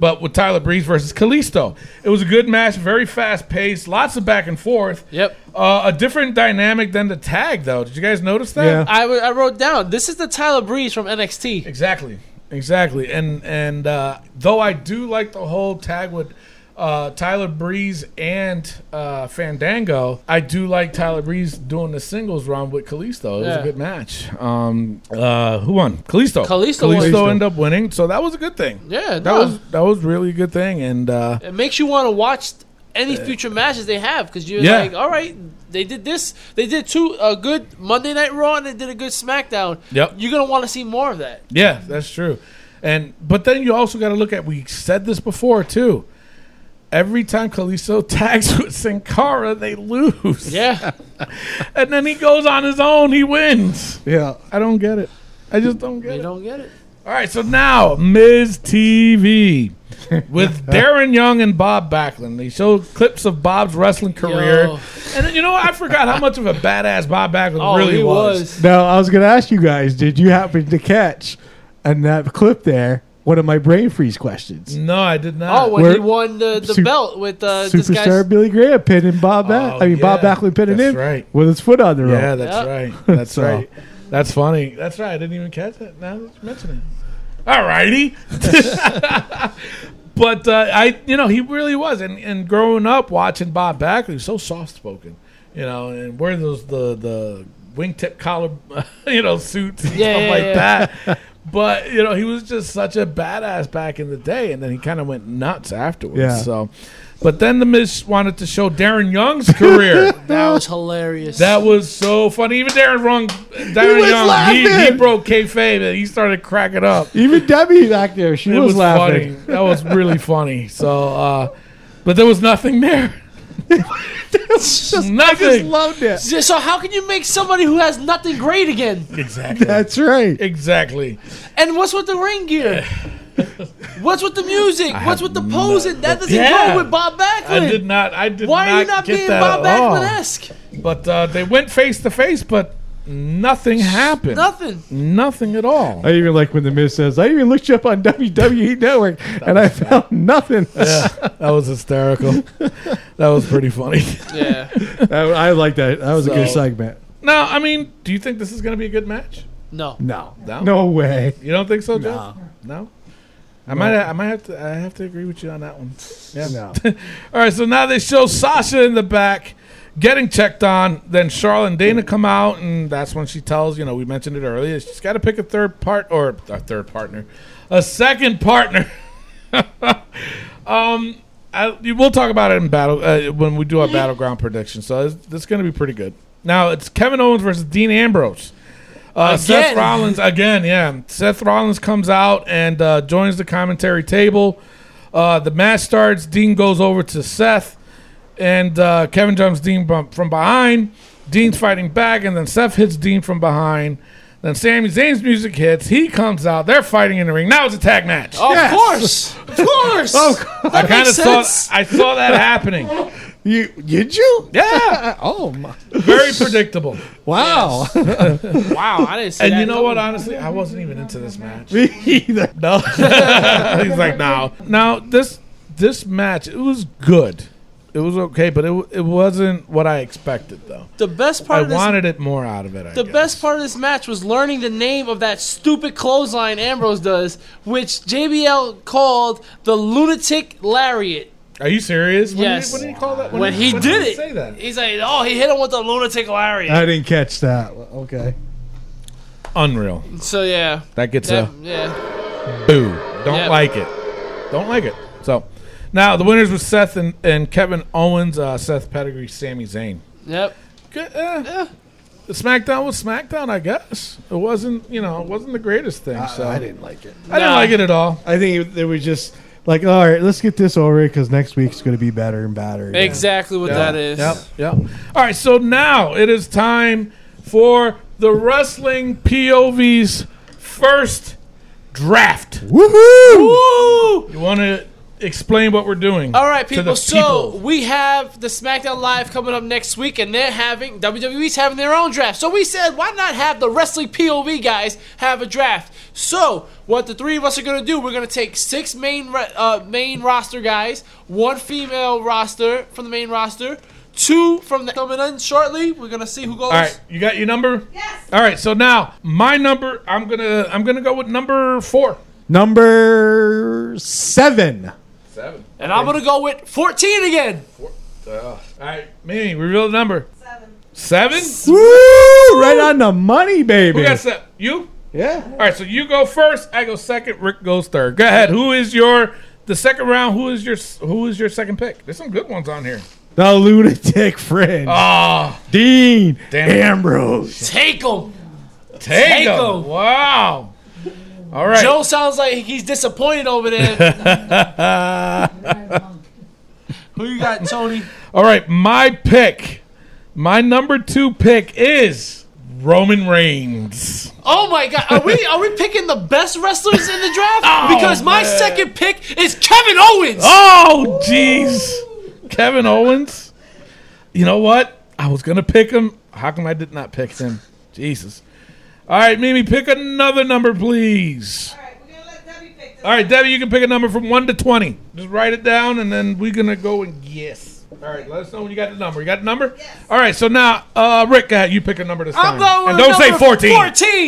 A: but with Tyler Breeze versus Kalisto. It was a good match, very fast paced, lots of back and forth.
C: Yep.
A: Uh, a different dynamic than the tag, though. Did you guys notice that?
B: Yeah.
C: I, w- I wrote down this is the Tyler Breeze from NXT.
A: Exactly. Exactly. And and uh, though I do like the whole tag with. Uh, Tyler Breeze and uh, Fandango. I do like Tyler Breeze doing the singles run with Kalisto. It was
C: Yeah.
A: a good match. Um, uh, who won? Kalisto.
C: Kalisto won.
A: Kalisto
B: Kalisto.
A: ended up winning, so that was a good thing.
C: Yeah.
A: That
C: no.
A: was that was really a good thing, and uh,
C: it makes you want to watch any future matches they have because you're
A: Yeah.
C: like, all right, they did this, they did two a good Monday Night Raw and they did a good SmackDown.
A: Yep.
C: you're gonna want to see more of that.
A: yeah, that's true. And but then you also got to look at we said this before too. Every time Kalisto tags with Sin Cara, they lose.
C: Yeah,
A: and then he goes on his own, he wins.
B: Yeah.
A: I don't get it. I just don't get
C: you
A: it.
C: don't get it.
A: All right, so now Ms. TV with Darren Young and Bob Backlund. They show clips of Bob's wrestling career,
C: Yo.
A: and then, you know what? I forgot how much of a badass Bob Backlund
C: Oh,
A: really
C: he was.
B: Now, I was going to ask you guys, did you happen to catch in that clip there one of my brain freeze questions?
A: No, I did not.
C: Oh, when he
B: Where-
C: won the, the
B: Sup-
C: belt with uh, this guy's
B: Superstar Billy Graham pinning Bob Back.
A: Oh,
B: I mean, Bob
A: yeah.
B: Backlund pinning
A: That's
B: him
A: right.
B: with his foot on the rope.
A: Yeah, that's
C: Yeah.
A: right. That's
B: So-
A: right. That's funny. That's right. I didn't even catch it. Now that you mention it. All righty. but uh, I, you know, he really was. And and growing up watching Bob Backlund, he was so soft spoken. You know, and wearing those the the wingtip collar, you know, suits and
C: Yeah,
A: stuff
C: yeah,
A: like
C: yeah.
A: that. But you know, he was just such a badass back in the day, and then he kind of went nuts afterwards.
B: Yeah.
A: So, but then the Miz wanted to show Darren Young's career.
C: that was hilarious.
A: That was so funny. Even Darren Wrong, Darren
B: was
A: Young, he, he
B: laughing.
A: broke kayfabe and he started cracking up.
B: Even Debbie back there, she
A: It
B: was,
A: was funny.
B: laughing.
A: That was really funny. So, uh, but there was nothing there.
B: I just
A: nothing.
B: loved it.
C: so how can you make somebody who has nothing great again?
A: exactly.
B: That's right.
A: exactly.
C: And what's with the ring gear? What's with the music? what's with the posing? That doesn't
A: Yeah.
C: go with Bob Backlund.
A: I did not. I did
C: Why
A: not
C: are you not
A: get
C: being
A: that
C: Bob
A: at all.
C: Backlund esque?
A: But uh, they went face to face. But Nothing happened.
C: Nothing.
A: Nothing at all.
B: I even like when the Miz says, "I even looked you up on WWE Network and I found nothing."
A: yeah, that was hysterical. that was pretty funny.
C: Yeah.
B: I, I like that. That was a good
A: So-
B: segment.
A: No, I mean, do you think this is going to be a good match?
C: No.
B: No,
A: No.
B: no way.
A: You don't think so, Jeff? No. I might, I might have to, I have to agree with you on that one. Yeah.
B: No.
A: All right, so now they show Sasha in the back getting checked on. Then Charlotte and Dana come out, and that's when she tells, you know, we mentioned it earlier, she's got to pick a third part or a third partner, a second partner. um, I, we'll talk about it in battle uh, when we do our battleground prediction. So it's, it's going to be pretty good. Now it's Kevin Owens versus Dean Ambrose. Uh, Seth
C: Again.
A: Rollins again, yeah. Seth Rollins comes out and uh, joins the commentary table. Uh, the match starts. Dean goes over to Seth, and uh, Kevin jumps Dean bump from behind. Dean's fighting back, and then Seth hits Dean from behind. Then Sami Zayn's music hits. He comes out. They're fighting in the ring. Now it's a tag match.
C: Of
B: Yes.
C: course. Of course.
A: I kind of
C: makes
A: saw
C: sense.
A: I saw that happening.
B: You did you?
A: Yeah,
B: Oh my!
A: very predictable.
B: Wow.
C: Wow. I didn't see
A: And
C: that.
A: you know what?
C: coming.
A: Honestly, I wasn't even into this match.
B: Me either.
A: No, he's like no. Now this this match it was good. It was okay, but it w- it wasn't what I expected though.
C: The best part
A: I
C: of this
A: wanted it more out of it. I
C: The
A: guess.
C: best part of this match was learning the name of that stupid clothesline Ambrose does, which JBL called the Lunatic Lariat.
A: Are you serious? When
C: Yes.
A: Did, when did he call that?
C: When he
A: when
C: did
A: he
C: it,
A: Say that. Uh,
C: he's like, "Oh, he hit him with the Lunatic Lariat."
B: I didn't catch that. Okay.
A: Unreal.
C: so yeah,
A: That gets
C: that,
A: a
C: yeah,
A: boo. Don't
C: Yeah.
A: like it. Don't like it. So now the winners were Seth and, and Kevin Owens, uh, Seth Pedigree, Sami Zayn.
C: yep.
A: Good, eh. The SmackDown was SmackDown, I guess. It wasn't, you know, it wasn't the greatest thing. so
B: I didn't like it.
A: I didn't
C: Nah.
A: like it at all.
B: I think it, it was just like, all right, let's get this over because next week's going to be better and better. Yeah.
C: Exactly what that is.
A: Yep, yep. All right, so now it is time for the wrestling POV's first draft.
B: Woohoo!
A: You want to explain what we're doing?
C: All right,
A: to
C: people.
A: the
C: So
A: people?
C: we have the SmackDown Live coming up next week, and they're having WWE's having their own draft. So we said, why not have the wrestling POV guys have a draft? So what the three of us are going to do? We're going to take six main re- uh, main roster guys, one female roster from the main roster, two from the coming in shortly. We're going to see who goes.
A: All right, you got your number. Yes. All right, so now my number. I'm gonna I'm gonna go with number four.
B: Number seven.
A: Seven.
C: And I'm going to go with 14 again.
A: all right, Mimi, reveal the number. Seven. Seven.
B: Woo! Right on the money, baby.
A: Who got se- You.
B: yeah.
A: All right, so you go first. I go second. Rick goes third. Go ahead. Who is your the second round? Who is your who is your second pick? There's some good ones on here.
B: The lunatic friend.
A: Ah,
B: Dean
A: Damn it.
B: Ambrose.
C: Take them.
A: take 'em.
C: 'em.
A: Wow. All right.
C: Joe sounds like he's disappointed over there. who you got, Tony?
A: All right, my pick, my number two pick is Roman Reigns.
C: Oh my god, are we are we picking the best wrestlers in the draft?
A: Oh,
C: because my
A: man.
C: second pick is Kevin Owens.
A: Oh, jeez, Kevin Owens. You know what? I was gonna pick him. How come I did not pick him? Jesus. All right, Mimi, pick another number, please.
F: Alright, we're gonna let Debbie pick this.
A: All right, Debbie, you can pick a number from one to twenty. Just write it down, and then we're gonna go and guess. All right, let us know when you got the number. You got the number? Yes. All right, so now, uh, Rick, go ahead. You pick a number this time,
C: I'm going
A: and
C: with
A: don't say
C: number
A: 14.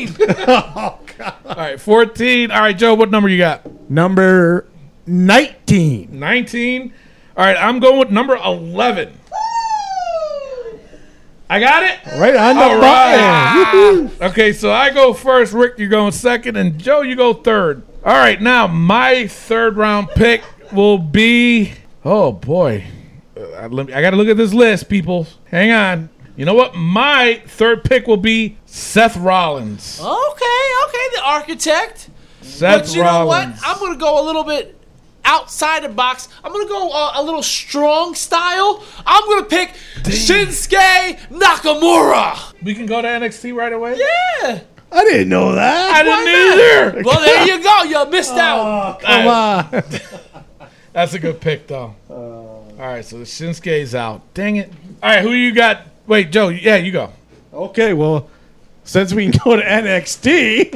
C: 14.
B: Oh,
A: All right, 14. All right, Joe, what number you got?
B: Number 19.
A: 19. All right, I'm going with number 11. I got
C: Uh,
A: it?
B: Right on the
A: All right.
B: button. Woohoo.
A: Okay, so I go first. Rick, you're going second. And Joe, you go third. All right, now my third round pick will be. Oh, boy. Uh, I, let me- I got to look at this list, people. Hang on. You know what? My third pick will be Seth Rollins.
C: okay, okay, the architect.
A: Seth
C: but you know what?
A: Rollins.
C: I'm going to go a little bit outside the box. I'm going to go uh, a little strong style. I'm going to pick Shinsuke Nakamura.
A: we can go to NXT right away?
C: Yeah.
B: I didn't know
A: I
B: that.
A: didn't either.
C: Well, there you go. You missed out.
A: All right.
B: Wow.
A: That's a good pick, though. All right, so Shinsuke's out. Dang it. All right, who you got? Wait, Joe. Yeah, you go.
B: Okay, well, since we can go to NXT,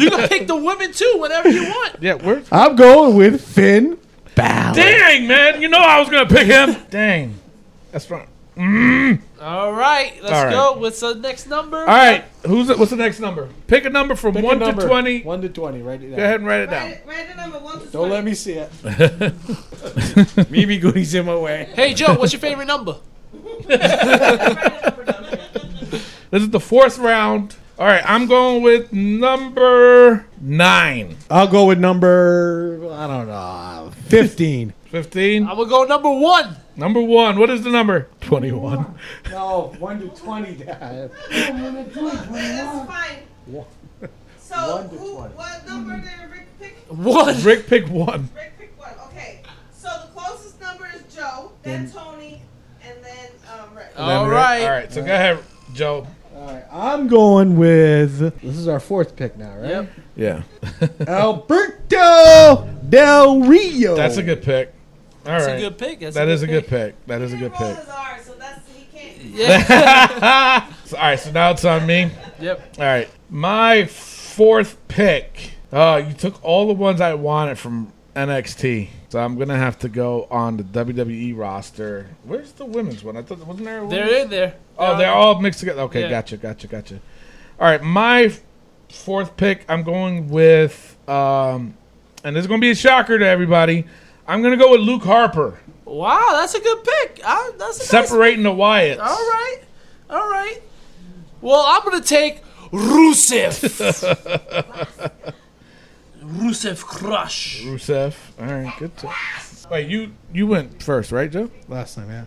C: You can pick the women too, whatever you want.
F: Yeah, we're
B: I'm going with Finn Balor.
A: Dang, man. You know I was going to pick him. Dang. That's right.
C: All right, let's
A: All right.
C: go. What's the next number?
A: All right. Who's the, What's the next number? Pick a number from 1 to 20.
B: One to twenty. Right there.
A: Go ahead and write it down.
G: Write write the number one to
B: Don't let
G: 20.
B: me see it. Maybe goodies in my way.
C: Hey Joe, what's your favorite number?
A: This is the fourth round. All right. I'm going with number 9.
B: I'll go with number. I don't know. Fifteen.
A: 15.
C: I'm gonna go number one.
A: Number 1. What is the number? 21.
B: no, one to twenty. Dad.
G: That's fine. So who, what number did Rick pick?
C: One.
A: Rick picked 1.
G: Rick picked one. Okay. So the closest number is Joe, then Tony, and then um, Rick.
A: Oh.
C: All
A: All
C: right.
A: right. So go ahead, Joe.
B: All right, I'm going with. This is our fourth pick now, right?
C: Yep.
A: Yeah.
B: Alberto Del Rio.
A: That's a good pick. All right.
C: That's a good pick. That's
A: That
C: a
A: is a good pick. That is a good
G: Roll
A: pick.
G: is ours, so that's he can't.
C: Yeah.
A: So, all right, so now it's on me.
C: yep.
A: All right, my fourth pick. Uh, you took all the ones I wanted from NXT, so I'm gonna have to go on the WWE roster. Where's the women's one? I thought wasn't there. A women's?
C: They're in there. uh,
A: Oh, they're all mixed together. Okay,
C: Yeah.
A: gotcha, gotcha, gotcha. All right, my f- fourth pick. I'm going with, um, and this is gonna be a shocker to everybody. I'm gonna go with Luke Harper,
C: Wow, that's a good pick. I, that's a nice-
A: separating the Wyatts.
C: All right. All right. Well, I'm going to take Rusev. Rusev Crush.
A: Rusev. All right, good. To- Wait, you you went first, right, Joe?
B: Last time, yeah.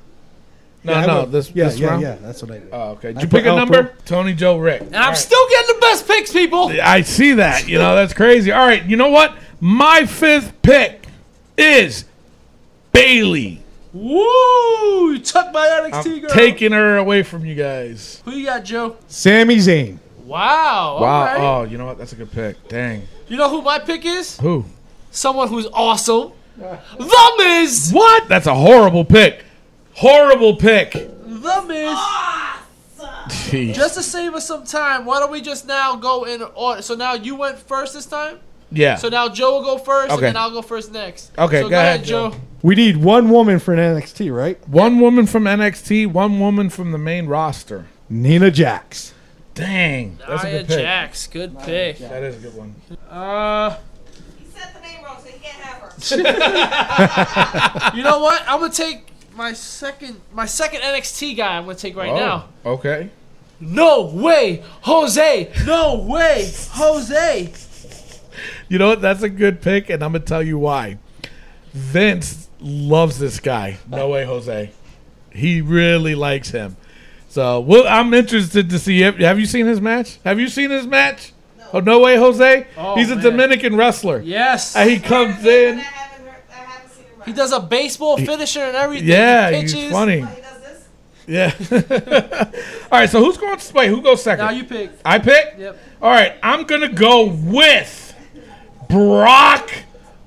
A: No,
B: Yeah, I
A: no,
B: went-
A: this
B: yeah,
A: this
B: yeah,
A: round.
B: yeah. That's what I did.
A: Oh, okay. Did
B: I
A: you
B: put
A: pick a
B: Alpo.
A: number? Tony, Joe, Rick.
C: And I'm still getting the best picks, people.
A: I see that. You know that's crazy. All right. You know what? My fifth pick is Bailey.
C: Woo! You took my NXT
A: I'm
C: girl.
A: taking her away from you guys.
C: Who you got, Joe?
B: Sami Zayn.
C: Wow. All
A: Wow.
C: right.
A: Oh, you know what? That's a good pick. Dang.
C: You know who my pick is?
A: Who?
C: Someone who's awesome. The Miz.
A: What? That's a horrible pick. Horrible pick.
C: The Miz.
A: Jeez.
C: Just to save us some time, why don't we just now go in order? So now you went first this time.
A: yeah.
C: So now Joe will go first,
A: Okay.
C: and then I'll go first next.
A: Okay,
C: So
A: go ahead, Joe.
B: We need one woman for an NXT, right?
A: one woman from NXT, one woman from the main roster.
B: Nina Jax.
A: Dang. That's a
C: Nia
A: good pick.
C: Jax, good pick.
A: That is a good one.
C: Uh,
G: He said the name wrong, so he can't have her.
C: you know what? I'm gonna take my second, my second NXT guy. I'm gonna take right now.
A: Oh, okay.
C: No way, Jose. No way, Jose.
A: You know what? That's a good pick, and I'm gonna tell you why. Vince loves this guy. No way, Jose. He really likes him. So, well, I'm interested to see. If, have you seen his match? Have you seen his match? Oh, no way, Jose.
C: Oh,
A: He's a
C: man.
A: Dominican wrestler.
C: Yes.
A: And he comes in.
G: I haven't heard, I haven't seen him.
C: he does a baseball finisher and everything.
A: Yeah,
C: He
A: he's
C: pitches.
A: funny.
G: Oh, He does this.
A: Yeah. All right. So who's going? Wait, who goes second?
C: Now you pick.
A: I pick.
C: Yep.
A: All right. I'm gonna go with Brock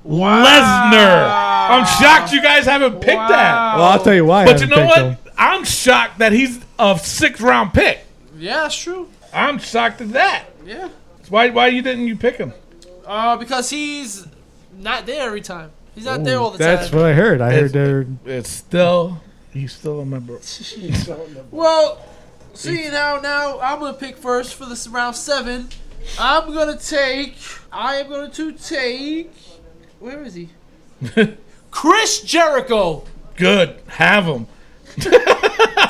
A: Lesnar. I'm shocked you guys haven't picked that.
B: Well, I'll tell you why. I
A: Oh. But you
B: haven't
A: know
B: picked
A: what?
B: him.
A: I'm shocked that he's a sixth round pick.
C: Yeah, that's true.
A: I'm shocked at that.
C: Yeah.
A: Why why you didn't you pick him?
C: Uh, because he's not there every time. He's not there all the
B: That's
C: time.
B: what I heard. I
A: It's-
B: heard they're
A: It's still he's still a member.
C: Well, seeing how now I'm gonna pick first for this round seven, I'm gonna take. I am going to take. Where is he? Chris Jericho.
A: Good. Have him.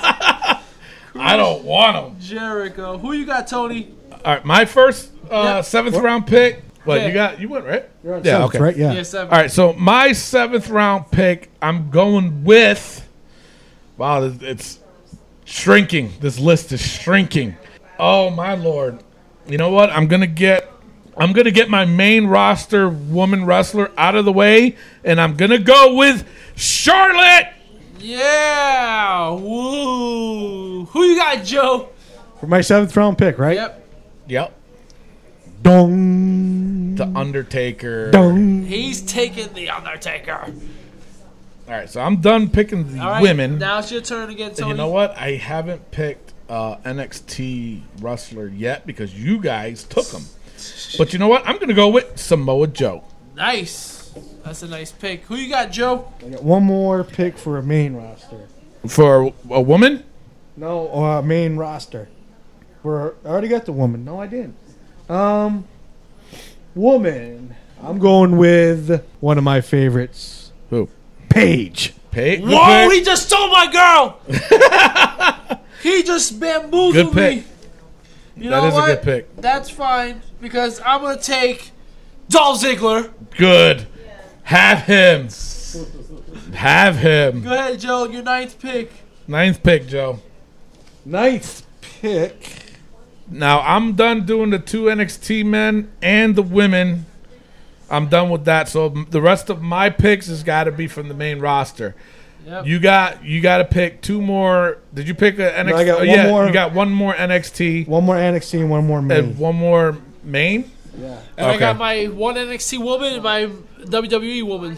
A: I don't want him.
C: Jericho. Who you got, Tony?
A: All right, my first uh,
C: Yep.
A: seventh round pick. What
C: Yeah.
A: you got? You went right.
B: Sounds right. Yeah.
C: Yes, seven.
A: All right, so my seventh round pick, I'm going with. Wow, this- it's shrinking. This list is shrinking. Oh my lord! You know what? I'm gonna get. I'm gonna get my main roster woman wrestler out of the way, and I'm gonna go with Charlotte.
C: Yeah. Woo. Who you got, Joe?
B: For my seventh round pick, right?
C: Yep.
A: Yep,
B: Dong.
A: the Undertaker.
B: Dong.
C: He's taking the Undertaker.
A: All right, so I'm done picking the
C: All right.
A: women.
C: Now it's your turn again, Tony.
A: you know what? I haven't picked uh, NXT wrestler yet because you guys took him. But you know what? I'm going to go with Samoa Joe.
C: Nice. That's a nice pick. Who you got, Joe?
B: I got one more pick for a main roster.
A: For a woman?
B: No, uh, main roster. We're, I already got the woman. No, I didn't. Um, woman. I'm going with one of my favorites,
A: Who?
B: Paige.
A: Paige.
C: Whoa, he just stole my girl. he just
A: Good
C: bamboozled
A: pick.
C: me. You
A: That
C: know
A: is a
C: what?
A: good pick.
C: That's fine because I'm gonna take Dolph Ziggler.
A: Good. Have him. Have him.
C: Go ahead, Joe. Your ninth pick.
A: Ninth pick, Joe.
B: Ninth pick.
A: Now I'm done doing the two NXT men and the women. I'm done with that. So m- the rest of my picks has got to be from the main roster.
C: Yep.
A: You got you got to pick two more. Did you pick a NXT?
B: I got
A: oh,
B: one
A: yeah,
B: more.
A: you got one more NXT
B: One more NXT and one more main.
A: and one more main.
C: and I
A: okay.
C: got my one NXT woman and my WWE woman.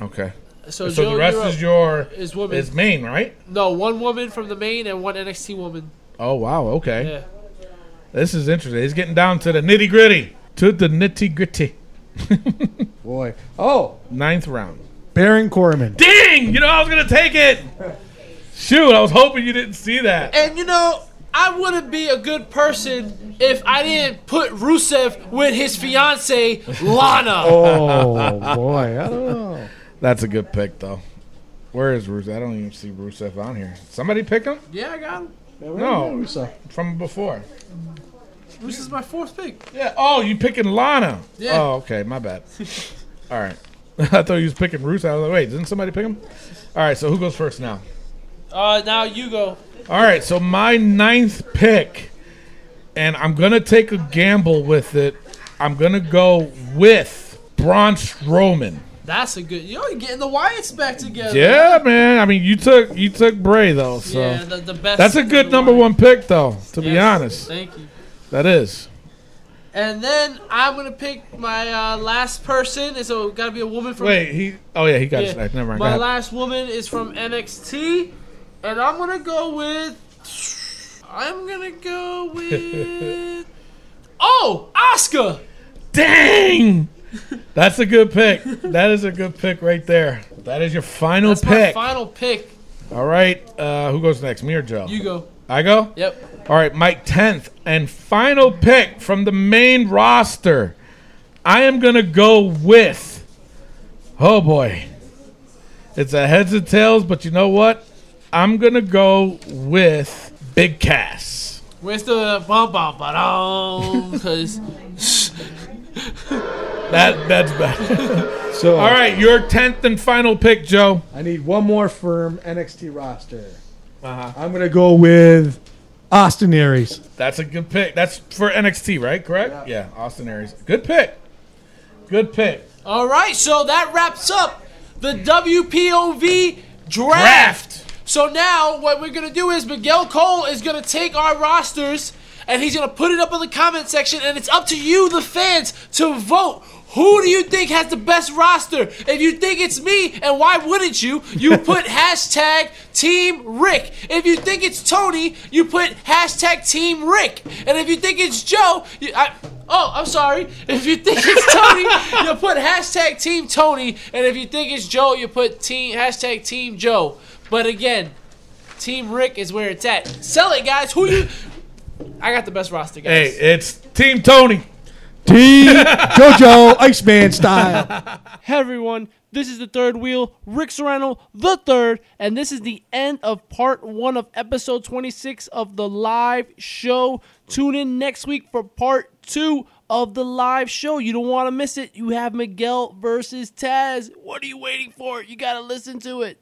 A: Okay.
C: So,
A: So
C: Joe,
A: the rest
C: you're
A: is
C: up.
A: your
C: is woman.
A: is main, right?
C: no, one woman from the main and one NXT woman.
A: Oh wow. Okay.
C: Yeah.
A: This is interesting. It's getting down to the nitty gritty. To the nitty gritty.
B: Boy. Oh,
A: Ninth round.
B: Baron Corbin.
A: Ding! You know I was gonna take it. Shoot, I was hoping you didn't see that.
C: And you know, I wouldn't be a good person if I didn't put Rusev with his fiance Lana.
B: Oh boy. I don't know.
A: That's a good pick though. Where is Rusev? I don't even see Rusev on here. Somebody pick him
C: Yeah, I got him.
A: No.
B: Russo.
A: from before.
C: Rusev's my fourth pick.
A: Yeah. Oh, you picking Lana?
C: Yeah.
A: Oh, okay. My bad. All right. I thought you was picking Rusev. I was like, wait, didn't somebody pick him? All right. So who goes first now?
C: Uh, now you go.
A: All right, so my ninth pick, and I'm gonna take a gamble with it. I'm gonna go with Braun Strowman.
C: That's a good. You're getting the Wyatts back together.
A: Yeah, man. I mean, you took you took Bray though, so
C: Yeah, the, the best.
A: that's a
C: of
A: good
C: the
A: number
C: Wyatts.
A: one pick though. To be
C: Yes,
A: honest,
C: Thank you.
A: that is.
C: And then I'm gonna pick my uh, last person. It's a, gotta be a woman from.
A: Wait, he. Oh yeah, he got
C: Yeah.
A: his neck. Never mind. Go
C: My
A: ahead.
C: last woman is from NXT, and I'm gonna go with. I'm gonna go with. oh, Oscar.
A: Dang, that's a good pick. that is a good pick right there. That is your final
C: That's my
A: pick.
C: final pick.
A: All right, uh, who goes next? Me or Joe?
C: You go.
A: I go.
C: Yep.
A: All right, Mike, 10th and final pick from the main roster. I am going to go with. Oh, boy. It's a heads and tails, but you know what? I'm going to go with Big Cass.
C: Where's the bum bum ba Because
A: That, that's bad.
B: So
A: All right, your 10th and final pick, Joe.
B: I need one more firm NXT roster. I'm gonna go with Austin Aries.
A: That's a good pick. That's for NXT, right? Correct? Yeah, Austin Aries. Good pick. Good pick.
C: all right, so that wraps up the WPOV draft.
A: Draft.
C: So now what we're gonna do is Miguel Cole is gonna take our rosters and he's gonna put it up in the comment section and it's up to you, the fans, to vote. Who do you think has the best roster? If you think it's me, and why wouldn't you? You put hashtag Team Rick. If you think it's Tony, you put hashtag Team Rick. And if you think it's Joe, you, I, oh, I'm sorry. If you think it's Tony, you put hashtag Team Tony. And if you think it's Joe, you put team hashtag Team Joe. But again, Team Rick is where it's at. Sell it, guys. Who you? I got the best roster,
A: Hey,
C: guys.
A: it's Team Tony.
B: T JoJo Iceman style.
C: Hey everyone, this is the third wheel, Rick Serrano the third, and this is the end of part one of episode 26 of the live show. Tune in next week for part two of the live show. You don't want to miss it. You have Miguel versus Taz. What are you waiting for? You got to listen to it.